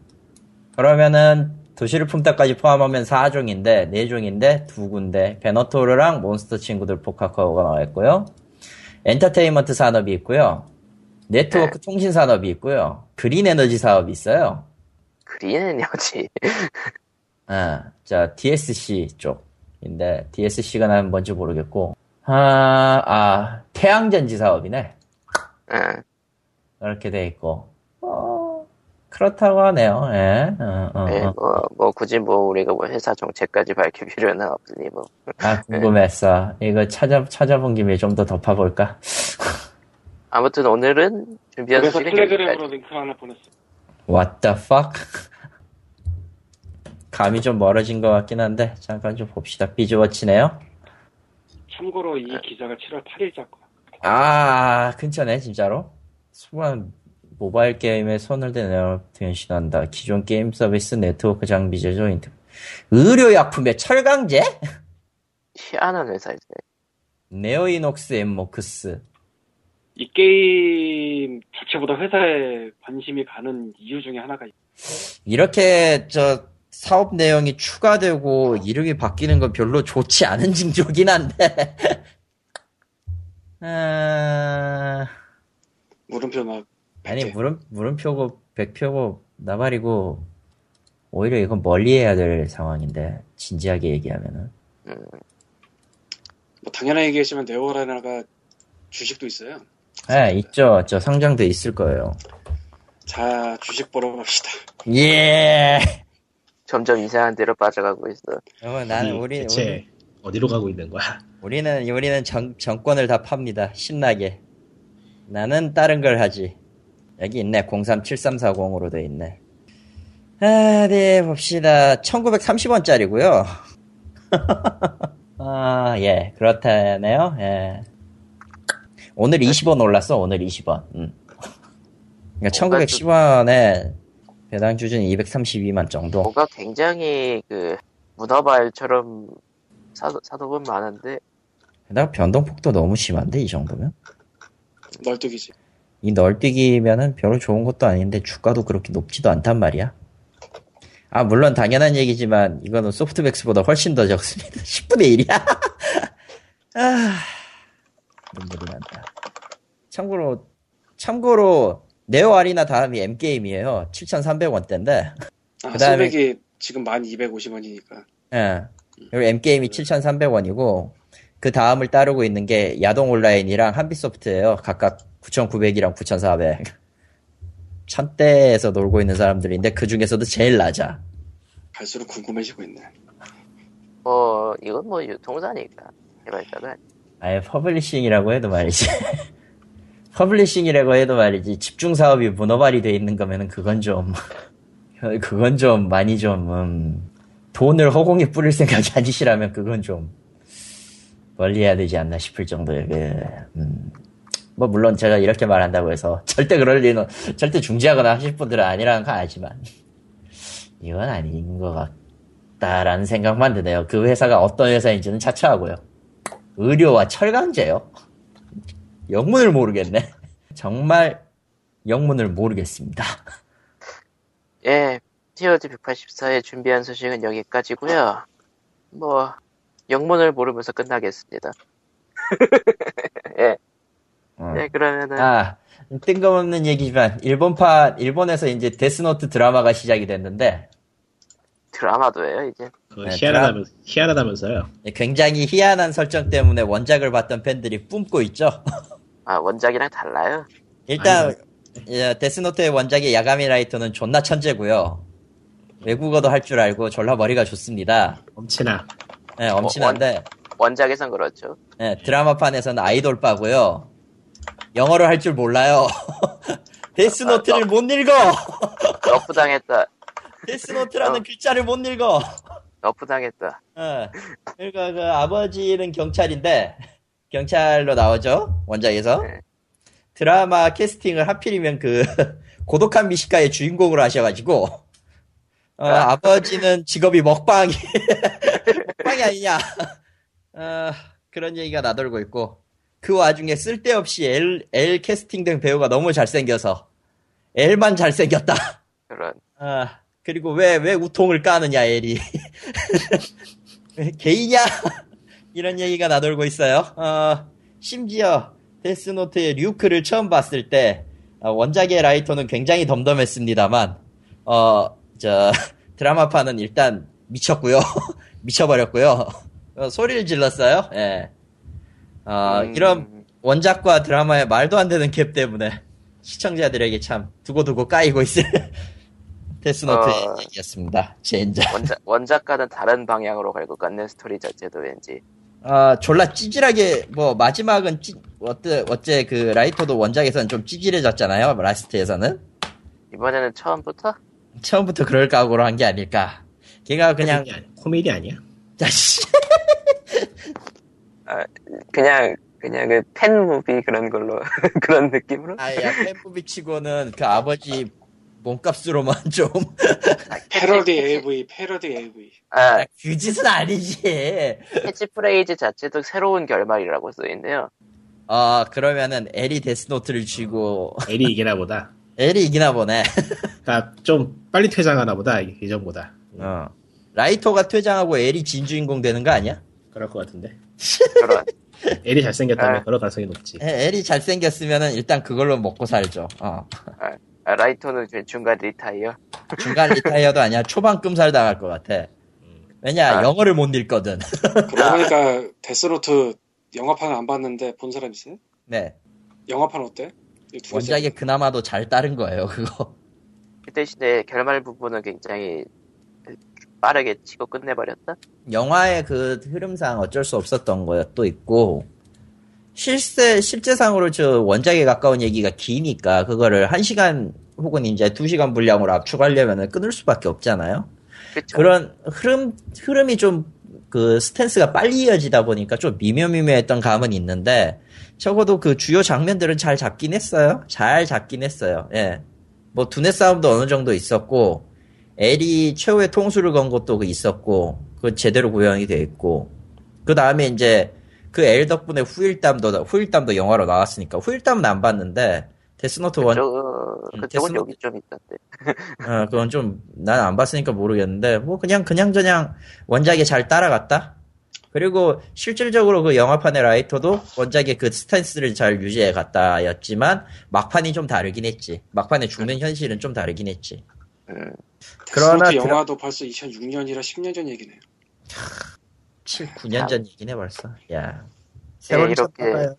그러면은 도시를 품다까지 포함하면 4종인데 4종인데 두 군데 베너토르랑 몬스터 친구들 포카카오가 나와 있고요. 엔터테인먼트 산업이 있고요. 네트워크 통신 산업이 있고요. 그린 에너지 사업이 있어요.
그린 에너지.
아, 자, DSC 쪽인데, DSC가 난 뭔지 모르겠고, 아, 아, 태양전지 사업이네.
예.
이렇게 돼 있고, 어, 그렇다고 하네요, 예. 어, 어,
예,
어.
뭐, 뭐, 굳이 뭐, 우리가 뭐 회사 정책까지 밝힐 필요는 없으니 뭐.
아, 궁금했어. 이거 찾아, 찾아본 김에 좀 더 덮어볼까?
아무튼 오늘은 준비한
그래서
소식은 여기까지.
텔레그램으로 링크 하나 보냈어요.
What the fuck? 감이 좀 멀어진 것 같긴 한데, 잠깐 좀 봅시다. 비즈워치네요?
참고로 이
네.
기사가 7월 8일자 거.
아, 근처네, 진짜로. 수많은 모바일 게임에 손을 대내어 변신한다. 기존 게임 서비스 네트워크 장비 제조 인트. 의료약품의 철강제?
희한한 회사였어요.
네오이녹스 엠모크스.
이 게임 자체보다 회사에 관심이 가는 이유 중에 하나가 있-
이렇게 저 사업 내용이 추가되고 이름이 바뀌는 건 별로 좋지 않은 징조긴 한데. 아...
물음표 막
아니 뭐-
백제.
물음 물음표고 백표고 나발이고 오히려 이건 멀리해야 될 상황인데 진지하게 얘기하면은
뭐 당연하게 얘기했지만 네오 아레나가 주식도 있어요
네 있죠 저 상장돼 있을 거예요
자 주식 보러 갑시다
예
점점 이상한 데로 빠져가고 있어.
그러면 나는
이
우리,
대체 어디로 가고 있는 거야?
우리 는 우리는 정, 정권을 다 팝니다. 신나게. 나는 다른 걸 하지. 여기 있네. 037340으로 돼 있네. 아, 네, 봅시다. 1930원짜리고요. 아, 예. 그렇다네요. 예. 오늘 20원 올랐어. 오늘 20원. 음. 그러니까 1910원에 배당 주준 232만 정도.
뭐가 굉장히 그 문어발처럼 사도, 사도분 많은데
배당 변동폭도 너무 심한데 이 정도면?
널뛰기지.
이 널뛰기면은 별로 좋은 것도 아닌데 주가도 그렇게 높지도 않단 말이야. 아 물론 당연한 얘기지만 이거는 소프트백스보다 훨씬 더 적습니다. 10분의 1이야. 아, 눈물이 난다. 참고로 참고로 네오 아리나 다음이 M 게임이에요. 7,300원대인데.
아,
그다음에-
소백이 지금 1250원이니까.
예. 그리고 M 게임이 7,300원이고 그 다음을 따르고 있는 게 야동 온라인이랑 한빛소프트예요. 각각 9,900이랑 9,400. 천대에서 놀고 있는 사람들인데 그 중에서도 제일 낮아.
갈수록 궁금해지고 있네.
뭐 이건 뭐 유통사니까 개발자가 아니-
아예 퍼블리싱이라고 해도 말이지. 퍼블리싱이라고 해도 말이지. 집중 사업이 문어발이 돼 있는 거면은 그건 좀 그건 좀 많이 좀 음, 돈을 허공에 뿌릴 생각이 아니시라면 그건 좀 멀리 해야 되지 않나 싶을 정도의 그, 음, 뭐 물론 제가 이렇게 말한다고 해서 절대 그럴 리는 절대 중지하거나 하실 분들은 아니라는 건 알지만 이건 아닌 것 같다라는 생각만 드네요. 그 회사가 어떤 회사인지는 차차하고요. 의료와 철강제요? 영문을 모르겠네. 정말 영문을 모르겠습니다.
예 티어즈 184에 준비한 소식은 여기까지고요. 뭐 영문을 모르면서 끝나겠습니다. 예.
어.
네 그러면은
아, 뜬금없는 얘기지만 일본판 일본에서 이제 데스노트 드라마가 시작이 됐는데
드라마도예요 이제.
그거
네,
희한하다면, 희한하다면서요.
굉장히 희한한 설정 때문에 원작을 봤던 팬들이 뿜고 있죠.
아 원작이랑 달라요.
일단 예, 데스노트의 원작의 야가미 라이터는 존나 천재고요. 외국어도 할 줄 알고 졸라 머리가 좋습니다.
엄친아.
예, 엄친한데
원작에선 그렇죠.
네, 드라마판에서는 아이돌바고요. 영어를 할 줄 몰라요. 데스노트를 못 읽어.
너프 당했다.
데스노트라는
어.
글자를 못 읽어.
너프 당했다.
어. 그러니까 그 아버지는 경찰인데 경찰로 나오죠 원작에서
네.
드라마 캐스팅을 하필이면 그 고독한 미식가의 주인공으로 하셔가지고 어,
아.
아버지는 직업이 먹방이 먹방이 아니냐 어, 그런 얘기가 나돌고 있고 그 와중에 쓸데없이 L, L 캐스팅된 배우가 너무 잘생겨서 L만 잘생겼다
그런
아, 그리고 왜, 왜 우통을 까느냐, 에리. 왜 개이냐? 이런 얘기가 나돌고 있어요. 어, 심지어, 데스노트의 류크를 처음 봤을 때, 아, 원작의 라이터는 굉장히 덤덤했습니다만, 어, 저, 드라마판은 일단 미쳤고요 미쳐버렸고요 어, 소리를 질렀어요. 예. 어,
음.
이런 원작과 드라마의 말도 안 되는 갭 때문에 시청자들에게 참 두고두고 까이고 있을 데스노트의
어.
얘기였습니다. 젠자.
원작 원작과는 다른 방향으로 갈 것 같네 스토리 자체도 왠지.
아, 졸라 찌질하게, 뭐, 마지막은 찌, 어째, 어째 그 라이터도 원작에서는 좀 찌질해졌잖아요. 라스트에서는.
이번에는 처음부터
처음부터 그럴 각오로 한 게 아닐까. 걔가 그냥,
코미디 아니- 코미디 아니야?
자씨.
그냥 그냥 그 팬무비 그런 걸로 그런 느낌으로
아야, 팬부비 치고는 그 아버지 몸값으로만 좀.
캐치-
패러디
캐치-
AV, 패러디 AV.
아,
그 짓은 아니지.
캐치프레이즈 자체도 새로운 결말이라고 써있네요
어, 그러면은 엘이 데스노트를 쥐고,
엘이 이기나 보다.
엘이 이기나 보네.
그러니까 좀 빨리 퇴장하나 보다. 예전보다.
어. 라이터가 퇴장하고 엘이 진주인공 되는 거 아니야?
그럴 것 같은데.
그런
엘이 잘생겼다면
아.
그럴 가능성이 높지.
에, 엘이 잘생겼으면은 일단 그걸로 먹고 살죠. 어.
아, 라이토는 중- 중간 리타이어
중간 리타이어도 아니야. 초반 금살 당할 것 같아. 왜냐,
아.
영어를 못 읽거든.
아, 그러고 보니까 데스노트 영화판은 안 봤는데 본 사람 있어요?
네.
영화판 어때? 이거 누가
원작에
제일-
그나마도 잘 따른 거예요, 그거.
그 대신에 결말 부분은 굉장히 빠르게 치고 끝내버렸다.
영화의 그 흐름상 어쩔 수 없었던 것도 있고 실세 실제상으로 저 원작에 가까운 얘기가 기니까 그거를 한 시간 혹은 이제 두 시간 분량으로 압축하려면 끊을 수밖에 없잖아요.
그쵸?
그런 흐름 흐름이 좀 그 스탠스가 빨리 이어지다 보니까 좀 미묘미묘했던 감은 있는데 적어도 그 주요 장면들은 잘 잡긴 했어요. 잘 잡긴 했어요. 예. 뭐 두뇌 싸움도 어느 정도 있었고 엘이 최후의 통수를 건 것도 그 있었고 그 제대로 구현이 돼 있고 그 다음에 이제 그 엘 덕분에 후일담도 후일담도 영화로 나왔으니까 후일담은 안 봤는데 데스노트 원
저,
음,
그쪽은
데스노트-
여기 좀 있던데.
어, 그건 좀, 난 안 봤으니까 모르겠는데, 뭐, 그냥, 그냥저냥 원작에 잘 따라갔다? 그리고 실질적으로 그 영화판의 라이터도 원작의 그 스탠스를 잘 유지해 갔다 였지만, 막판이 좀 다르긴 했지. 막판에 죽는 현실은 좀 다르긴 했지.
음,
그러나
데스노트 영화도 벌써 2006년이라 10년 전 얘기네요.
7, 9년 전이긴 해 벌써. 야.
예,
세월이 참
이렇게
빨라요.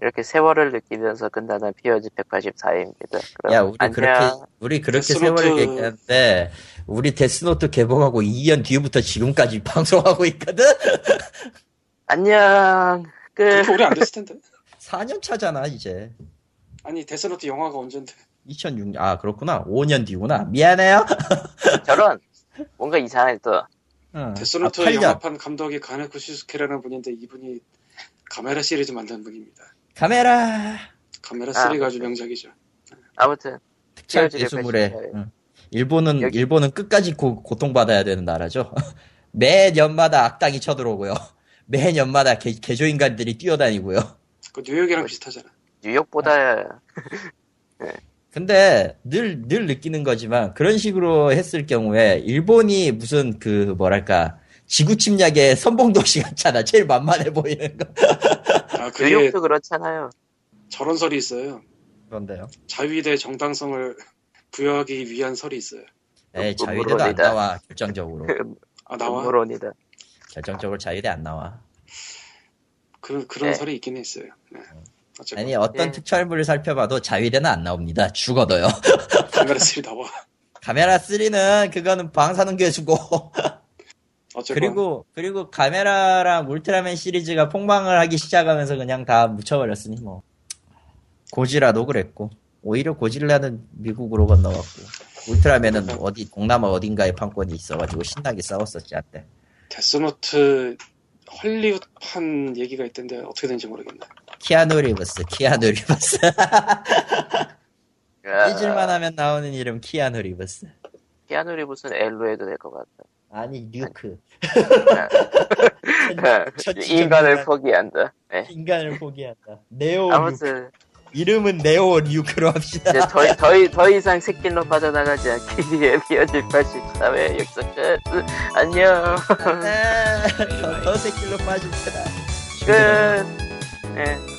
이렇게 세월을 느끼면서 끝나는 POG 184회입니다. 그럼
야, 우리
안녕.
그렇게, 우리 그렇게
데스노트-
세월을 얘기하는데, 우리 데스노트 개봉하고 2년 뒤부터 지금까지 방송하고 있거든?
안녕. 끝.
그렇게 오래 안 됐을 텐데.
4년 차잖아, 이제.
아니 데스노트 영화가 언젠데.
2006년, 아, 그렇구나. 5년 뒤구나. 미안해요.
저런 뭔가 이상했어.
응.
데스노트
아,
의
8년.
영화판 감독이 가네코 시스케라는 분인데 이분이 카메라 시리즈 만든 분입니다.
카메라.
카메라
아,
3가 아주 명작이죠.
아무튼
특촬
띄워주게
예술물에.
해주세요.
응. 일본은,
네, 여기.
일본은 끝까지 고, 고통받아야 되는 나라죠. 매년마다 악당이 쳐들어오고요. 매년마다 개, 개조인간들이 뛰어다니고요.
그 뉴욕이랑 비슷하잖아.
뉴욕보다
근데 늘, 늘 느끼는 거지만 그런 식으로 했을 경우에 일본이 무슨 그 뭐랄까 지구 침략의 선봉도시 같잖아. 제일 만만해 보이는 거.
아 그게
뉴욕도 그렇잖아요.
저런 설이 있어요.
그런데요.
자위대 정당성을 부여하기 위한 설이 있어요.
음,
에이, 네, 자위대도 안
물론이다.
나와. 결정적으로.
아 나와
음모론이다.
결정적으로 자위대 안 나와.
그런 그런
네.
설이 있긴 했어요. 네.
음.
어쨌든
아니 어떤
예.
특촬물을 살펴봐도 자위대는 안 나옵니다. 죽어도요.
카메라 3 나와.
카메라 3는 그거는 방사능계 주고
어쨌건
그리고 그리고 카메라랑 울트라맨 시리즈가 폭망을 하기 시작하면서 그냥 다 묻혀버렸으니 뭐 고지라도 그랬고 오히려 고질라는 미국으로 건너갔고 울트라맨은 어디 동남아 어딘가에 판권이 있어가지고 신나게 싸웠었지 한때.
데스노트 헐리우드판 얘기가 있던데 어떻게 되는지 모르겠네.
키아누 리브스, 키아누 리브스.
야,
잊을만 하면 나오는 이름 키아누 리브스.
피아노 리부스는 L로 해도 될 것
아니 류크.
같다.
첫 지점이다.
아, 인간을 포기한다. 네.
인간을 포기한다. 네오 류크.
아무튼
이름은 네오 류크로 합시다.
이제 더, 더, 더 이상 새끼로 빠져나가지 않기 위해 피어질 83회 역사 끝. 안녕.
아, 더- 더 새끼로 빠질 테다.
끝. 네.